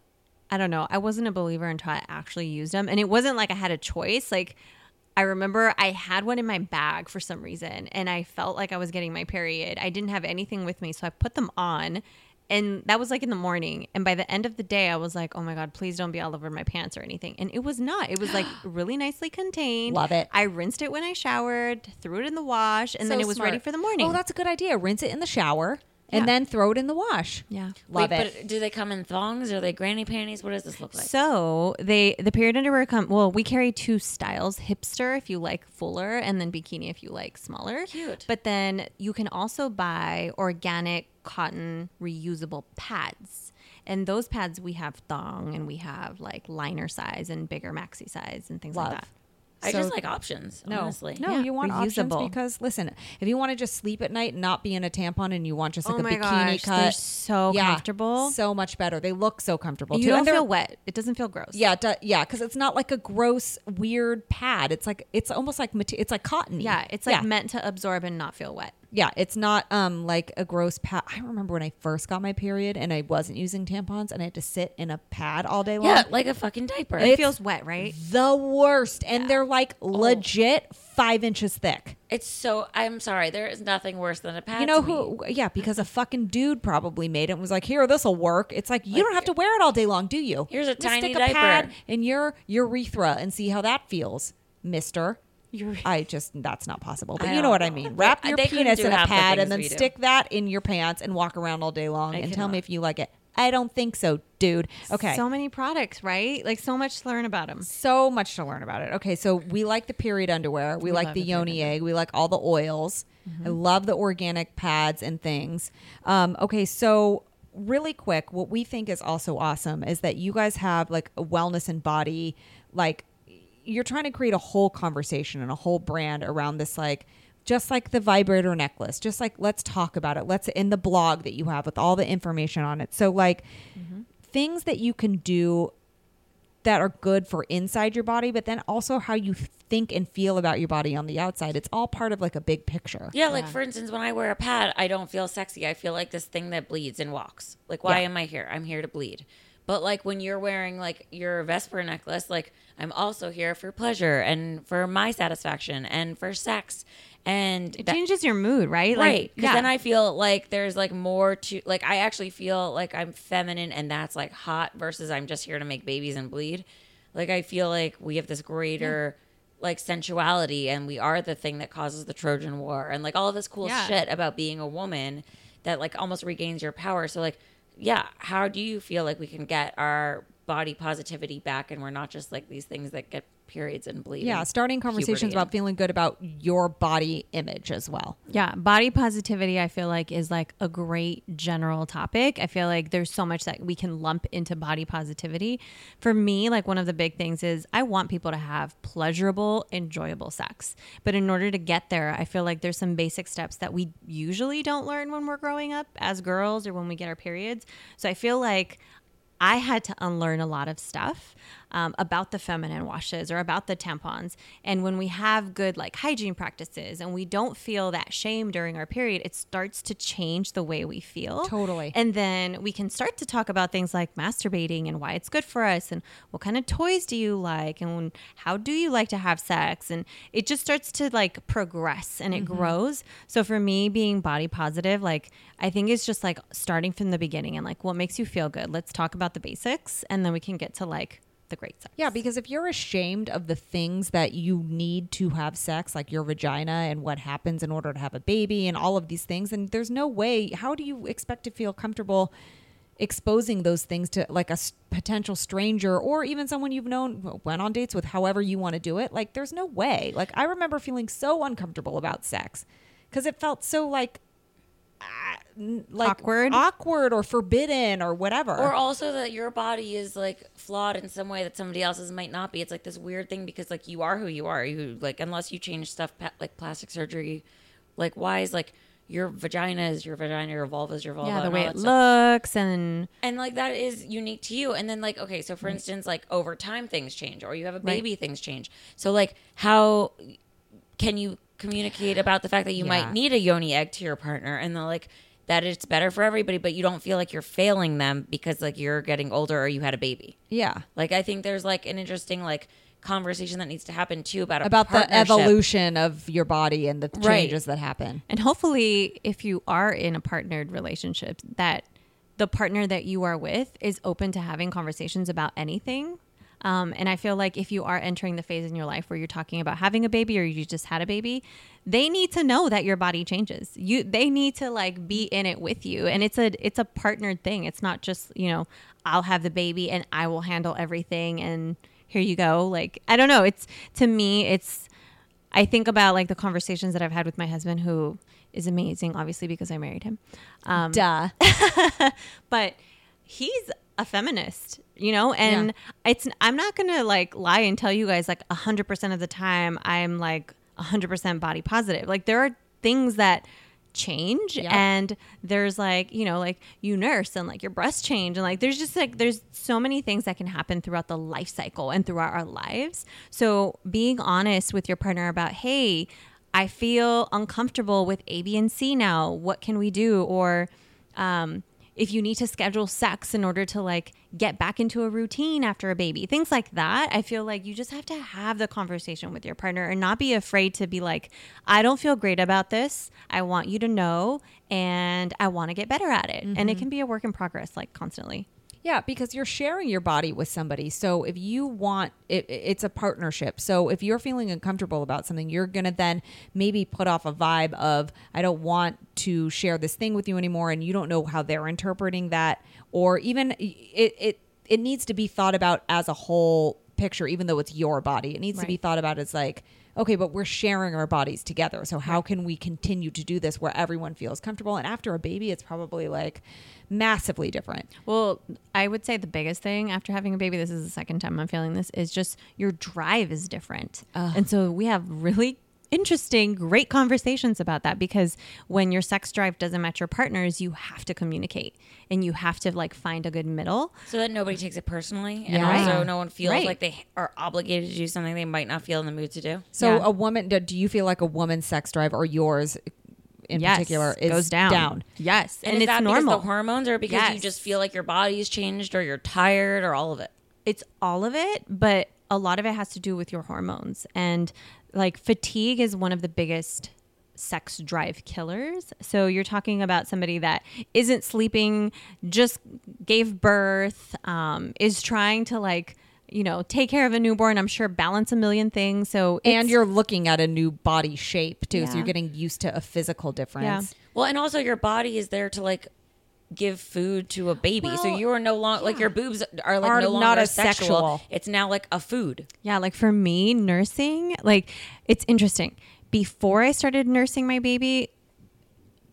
I don't know. I wasn't a believer until I actually used them, and it wasn't like I had a choice. Like I remember I had one in my bag for some reason, and I felt like I was getting my period. I didn't have anything with me, so I put them on, and that was like in the morning. And by the end of the day, I was like, "Oh my god, please don't be all over my pants or anything." And it was not. It was like really nicely contained. Love it. I rinsed it when I showered, threw it in the wash, and then So it was smart. ready for the morning. Oh, that's a good idea. Rinse it in the shower and Yeah. then throw it in the wash. Yeah. Love Wait, it. But do they come in thongs? Are they granny panties? What does this look like? So they the period underwear come well, we carry two styles, hipster if you like fuller and then bikini if you like smaller. Cute. But then you can also buy organic cotton reusable pads. And those pads we have thong and we have like liner size and bigger maxi size and things Love. like that. I So- just like options. honestly, No, Yeah, you want reusable. options because listen, if you want to just sleep at night and not be in a tampon and you want just like Oh a my bikini gosh, cut, they're so comfortable. so much better. They look so comfortable. You too. don't And they're- feel wet. It doesn't feel gross. Yeah, it do- yeah, because it's not like a gross weird pad. It's like it's almost like mate- it's like cotton. Yeah. It's like yeah. meant to absorb and not feel wet. yeah, it's not um like a gross pad. I remember when I first got my period and I wasn't using tampons and I had to sit in a pad all day long. yeah, like a fucking diaper. It feels wet, right? the worst, and they're like Oh. legit five inches thick. It's so. I'm sorry. There is nothing worse than a pad. You know to me. who? Yeah, because a fucking dude probably made it and was like, "Here, this will work." It's like you don't have to wear it all day long, do you? Here's a Just tiny stick a diaper. pad in your urethra and see how that feels, Mister. I just that's not possible, but I you know what I don't know. mean. Wrap They- your they couldn't penis do in a half the pad and things then we do. stick that in your pants and walk around all day long and tell me if you like it. I don't think so, dude. Okay, So many products, right? Like so much to learn about them. so much to learn about it. Okay, so we like the period underwear. Mm-hmm. We, like love the the period yoni egg. We like all the oils. I love the organic pads and things. Um, okay, so really quick, what we think is also awesome is that you guys have like a wellness and body, like you're trying to create a whole conversation and a whole brand around this, like just like the vibrator necklace, just like let's talk about it. Let's in the blog that you have with all the information on it. So like things that you can do that are good for inside your body, but then also how you think and feel about your body on the outside. It's all part of like a big picture. Yeah, like for instance, when I wear a pad, I don't feel sexy. I feel like this thing that bleeds and walks. Like, why Yeah. am I here? I'm here to bleed. But like when you're wearing like your Vesper necklace, like I'm also here for pleasure and for my satisfaction and for sex. And It that- changes your mood, right? Like, right because then i feel like there's like more to like i actually feel like i'm feminine and that's like hot versus i'm just here to make babies and bleed like i feel like we have this greater like sensuality and we are the thing that causes the trojan war and like all this cool Yeah. shit about being a woman that like almost regains your power so like yeah how do you feel like we can get our body positivity back and we're not just like these things that get periods and bleed Yeah, and starting conversations puberty. about feeling good about your body image as well. Yeah, body positivity I feel like is like a great general topic. I feel like there's so much that we can lump into body positivity. For me, like one of the big things is I want people to have pleasurable, enjoyable sex. But in order to get there, I feel like there's some basic steps that we usually don't learn when we're growing up as girls or when we get our periods. So I feel like I had to unlearn a lot of stuff um, about the feminine washes or about the tampons. And when we have good like hygiene practices and we don't feel that shame during our period, it starts to change the way we feel. Totally. And then we can start to talk about things like masturbating and why it's good for us and what kind of toys do you like and how do you like to have sex. And it just starts to like progress and it grows. So for me, being body positive, like I think it's just like starting from the beginning and like what makes you feel good. Let's talk about the basics and then we can get to like the great sex. Yeah, because if you're ashamed of the things that you need to have sex, like your vagina and what happens in order to have a baby and all of these things, then there's no way, how do you expect to feel comfortable exposing those things to like a s- potential stranger or even someone you've known, went on dates with, however you want to do it? Like, there's no way. Like, I remember feeling so uncomfortable about sex because it felt so like, ah, n- like Awkward. awkward or forbidden or whatever. Or also that your body is like flawed in some way that somebody else's might not be. It's like this weird thing because like you are who you are. You like unless you change stuff pa- like plastic surgery, like wise like your vagina is your vagina, your vulva is your vulva. yeah, the and way all it that stuff. looks and and like that is unique to you and then like okay so for instance like over time things change or you have a baby things change so like how can you communicate about the fact that you Yeah. might need a yoni egg to your partner and they're like that it's better for everybody but you don't feel like you're failing them because like you're getting older or you had a baby yeah. like i think there's like an interesting like conversation that needs to happen too about a About the partnership. evolution of your body and the Right. changes that happen. and hopefully if you are in a partnered relationship that the partner that you are with is open to having conversations about anything. Um, and I feel like if you are entering the phase in your life where you're talking about having a baby or you just had a baby, they need to know that your body changes. You they need to like be in it with you. And it's a it's a partnered thing. It's not just, you know, I'll have the baby and I will handle everything and here you go. Like I don't know. It's to me it's I think about like the conversations that I've had with my husband who is amazing, obviously because I married him Um, Duh. but he's a feminist you know and it's i'm not gonna like lie and tell you guys like 100% of the time i'm like 100% body positive like there are things that change Yeah. and there's like you know like you nurse and like your breasts change and like there's just like there's so many things that can happen throughout the life cycle and throughout our lives so being honest with your partner about hey i feel uncomfortable with a b and c now what can we do or um, if you need to schedule sex in order to like get back into a routine after a baby, things like that. I feel like you just have to have the conversation with your partner and not be afraid to be like, I don't feel great about this. I want you to know and I want to get better at it. And it can be a work in progress, like constantly. Yeah, because you're sharing your body with somebody. So if you want, it, it's a partnership. So if you're feeling uncomfortable about something, you're going to then maybe put off a vibe of, I don't want to share this thing with you anymore. And you don't know how they're interpreting that. Or even it, it, it needs to be thought about as a whole picture, even though it's your body. It needs to be Right. thought about as like, okay, but we're sharing our bodies together. So how can we continue to do this where everyone feels comfortable? And after a baby, it's probably like massively different. Well, I would say the biggest thing after having a baby, this is the second time I'm feeling this, is just your drive is different. And so we have really interesting, great conversations about that because when your sex drive doesn't match your partner's, you have to communicate and you have to like find a good middle. so that nobody takes it personally and Yeah. also no one feels Right. like they are obligated to do something they might not feel in the mood to do So Yeah. a woman, do, do you feel like a woman's sex drive or yours in Yes, particular is goes down. Yes, and, And, is it's that normal. because the hormones or because you Yes. just feel like your body's changed or you're tired or all of it? it's all of it, but a lot of it has to do with your hormones. And like fatigue is one of the biggest sex drive killers. So you're talking about somebody that isn't sleeping, just gave birth, um, is trying to like, you know, take care of a newborn, I'm sure balance a million things. So And it's- you're looking at a new body shape too, so Yeah. you're getting used to a physical difference. Well, and also your body is there to like give food to a baby. so Well, you are no longer like your boobs are like Are no not longer as sexual. sexual. It's now like a food. Yeah, like for me, nursing, like it's interesting. Before I started nursing my baby,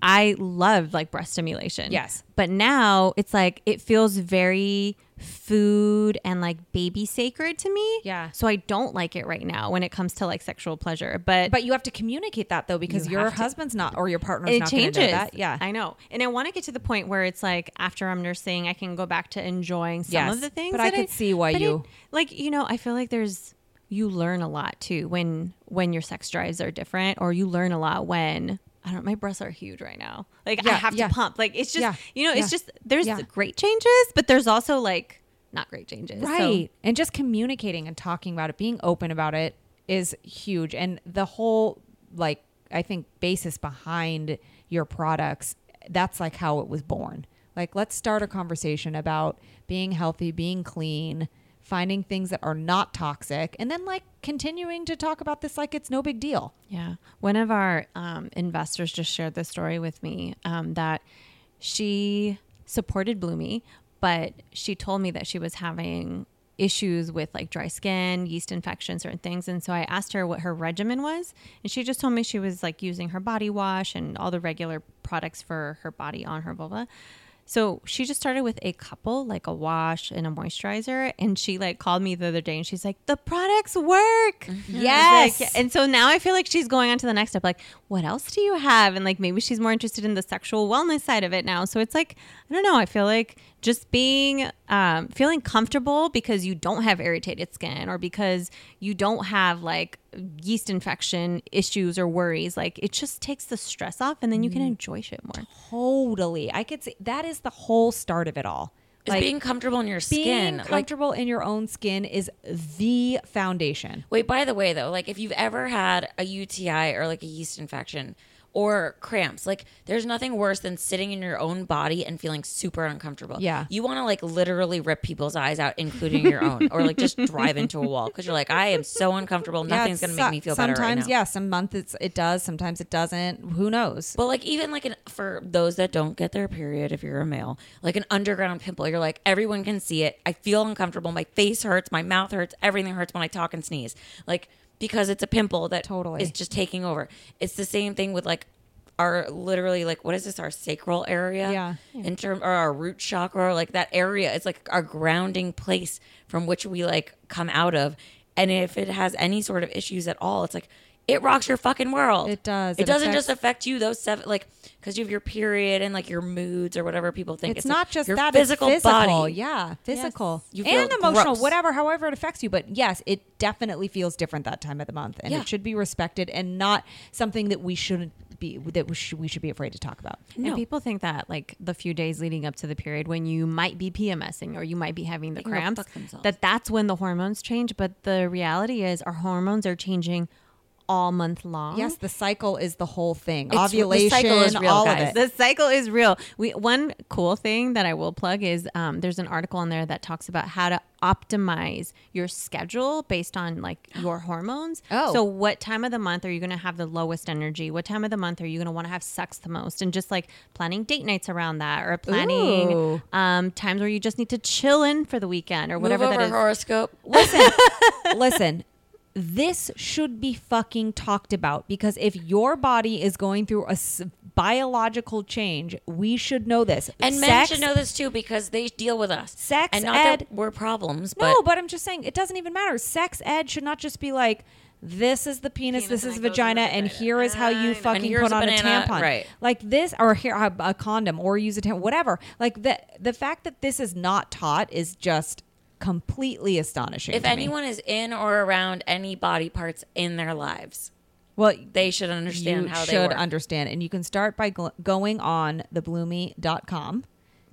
I loved like breast stimulation. Yes. But now it's like it feels very food and like baby sacred to me. Yeah. So I don't like it right now when it comes to like sexual pleasure. But But you have to communicate that though, because You your have to. husband's not or your partner's it not going to changes. know that. Yeah, I know. And I want to get to the point where it's like after I'm nursing, I can go back to enjoying some Yes. of the things. But I that could see why but it- you- like you know. I feel like there's you learn a lot too when when your sex drives are different, or you learn a lot when. I don't. My breasts are huge right now. Like I Yeah, have yeah. to pump. Like it's just Yeah, you know. It's yeah, just there's yeah. great changes, but there's also like not great changes. So- right. And just communicating and talking about it, being open about it is huge. And the whole like I think basis behind your products, that's like how it was born. Like let's start a conversation about being healthy, being clean, finding things that are not toxic, and then like continuing to talk about this like it's no big deal. Yeah. One of our um, investors just shared this story with me um, that she supported Bloomy, but she told me that she was having issues with like dry skin, yeast infection, certain things. And so I asked her what her regimen was, and she just told me she was like using her body wash and all the regular products for her body on her vulva. So she just started with a couple, like a wash and a moisturizer. And she like called me the other day and she's like, the products work. Yes. Like, yeah. and so now I feel like she's going on to the next step. Like, what else do you have? And like maybe she's more interested in the sexual wellness side of it now. So it's like, I don't know. I feel like just being, um, feeling comfortable because you don't have irritated skin or because you don't have like yeast infection issues or worries. Like it just takes the stress off and then you can enjoy shit more. Totally. I could see that is the whole start of it all. Is being comfortable in your being skin. like comfortable in your own skin is the foundation. Wait, by the way, though, like if you've ever had a UTI or like a yeast infection or cramps, like there's nothing worse than sitting in your own body and feeling super uncomfortable. Yeah. You want to like literally rip people's eyes out, including your own, or like just drive into a wall because you're like, I am so uncomfortable. Yeah, Nothing's it going to make me sucks. feel better. sometimes, right now. yes, some month it's, it does, sometimes it doesn't. Who knows? But like even like an for those that don't get their period, if you're a male, like an underground pimple, you're like everyone can see it. I feel uncomfortable. My face hurts. My mouth hurts. Everything hurts when I talk and sneeze. Like because it's a pimple that Totally. is just taking over. It's the same thing with like our literally like what is this our sacral area Yeah. in term or our root chakra like that area it's like our grounding place from which we like come out of and if it has any sort of issues at all it's like it rocks your fucking world It does. it, It doesn't affects- just affect you those seven like because you have your period and like your moods or whatever people think It's, not just your that physical, it's physical body yeah physical You feel and emotional gross. whatever however it affects you but yes it definitely feels different that time of the month and Yeah. it should be respected and not something that we shouldn't be that we should, we should be afraid to talk about No. And people think that like the few days leading up to the period when you might be PMSing or you might be having the can go cramps, fuck themselves. that that's when the hormones change. But the reality is our hormones are changing all month long. yes the cycle is the whole thing It's- the cycle ovulation is real, all guys. of it The cycle is real. We one cool thing that I will plug is um, there's an article on there that talks about how to optimize your schedule based on like your hormones. Oh. so what time of the month are you going to have the lowest energy? What time of the month are you going to want to have sex the most? And just like planning date nights around that, or Ooh. planning um, times where you just need to chill in for the weekend or whatever Move over that is. horoscope listen listen this should be fucking talked about because if your body is going through a s- biological change we should know this and men Sex should know this too because they deal with us Sex and not ed- that we're problems but, No, but, I'm just saying it doesn't even matter. Sex ed should not just be like this is the penis, Penis this and is it goes vagina, into and vagina. here is how Ah, I you know. fucking here's put a on a, banana, tampon, right. Like this, or here a, a condom, or use a tampon, whatever. Like the the fact that this is not taught is just completely astonishing. if to me. anyone is in or around any body parts in their lives well, they should understand you how they should work. understand, and you can start by gl- going on thebloomy.com.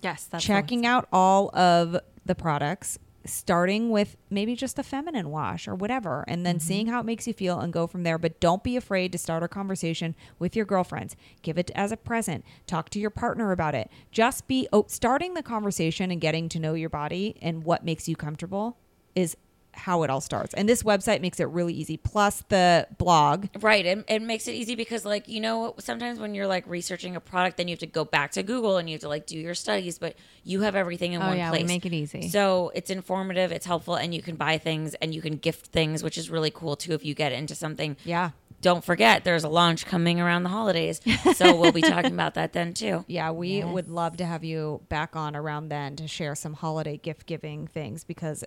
Yes, that's the checking out all of the products starting with maybe just a feminine wash or whatever and then Mm-hmm. seeing how it makes you feel and go from there but don't be afraid to start a conversation with your girlfriends give it as a present talk to your partner about it just be oh, starting the conversation and getting to know your body and what makes you comfortable is how it all starts and this website makes it really easy plus the blog Right. It, it makes it easy because, like, you know, sometimes when you're like researching a product, then you have to go back to Google and you have to like do your studies, but you have everything in Oh, one yeah, we place. make it easy. So it's informative, it's helpful, and you can buy things and you can gift things, which is really cool too if you get into something. yeah Don't forget, there's a launch coming around the holidays. So we'll be talking about that then too. Yeah, we would love to have you back on around then to share some holiday gift giving things because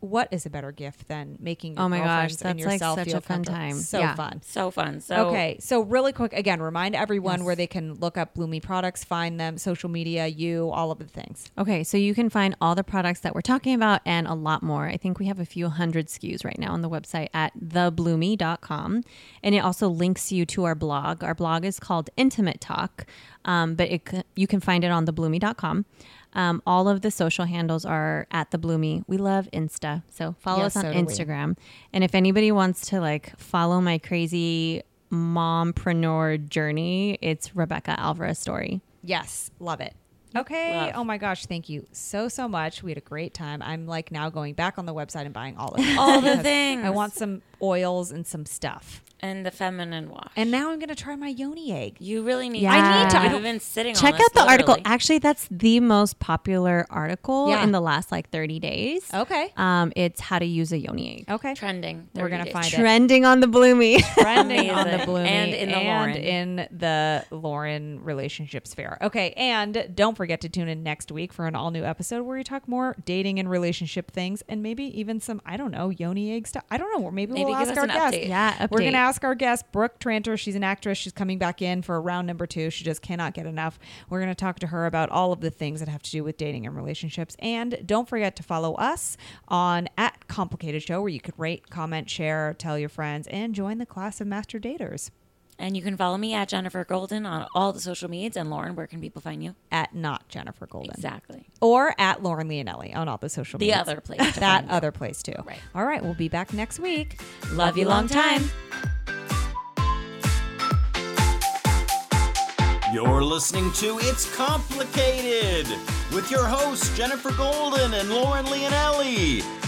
what is a better gift than making your Oh my gosh, girlfriends and that's, like, yourself such feel a fun comfortable? time. So Yeah. fun. So fun. So, okay, so really quick again, remind everyone Yes. where they can look up Bloomy products, find them, social media, you, all of the things. Okay, so you can find all the products that we're talking about and a lot more. I think we have a few hundred SKUs right now on the website at thebloomy.com. And it also links you to our blog. Our blog is called Intimate Talk, um, but it, c- you can find it on thebloomy.com. Um, all of the social handles are at thebloomy. We love Insta, so follow Yes, us so on do we. Instagram. And if anybody wants to like follow my crazy mompreneur journey, it's Rebecca Alvarez Story. Yes, love it. Okay. Love. Oh my gosh, thank you so so much. We had a great time. I'm like now going back on the website and buying all of it. All the because I things. want some oils and some stuff. and the feminine wash. And now I'm going to try my yoni egg. you really need. Yeah. I need to- I You've don't- been sitting. Oh, on Check this, out the article. literally. Actually, that's the most popular article Yeah. in the last like 30 days. Okay. Oh, Um, it's how to use a yoni egg. Okay. Trending. We're gonna 30 days. find it. Trending on the bloomy. trending on the Amazing. Bloomy And in the Lauren. in the Lauren relationship sphere. Okay, and don't forget to tune in next week for an all new episode where we talk more dating and relationship things, and maybe even some I don't know yoni egg stuff. I don't know. Maybe, Maybe we'll give ask us our an guest. update. Yeah, we're gonna update. ask our guest Brooke Tranter. She's an actress. She's coming back in for a round number two. She just cannot get enough. We're gonna talk to her about all of the things that have to do with dating and relationships. And don't forget to follow us on at Complicated Show, where you could rate, comment, share, tell your friends, and join the class of master daters. And you can follow me at Jennifer Golden on all the social medias. And Lauren, where can people find you? At not Jennifer Golden. Exactly. Or at Lauren Leonelli on all the social The media. other place to That find you. other place too. Right. All right. We'll be back next week. Love you long time. You're listening to It's Complicated with your hosts, Jennifer Golden and Lauren Leonelli.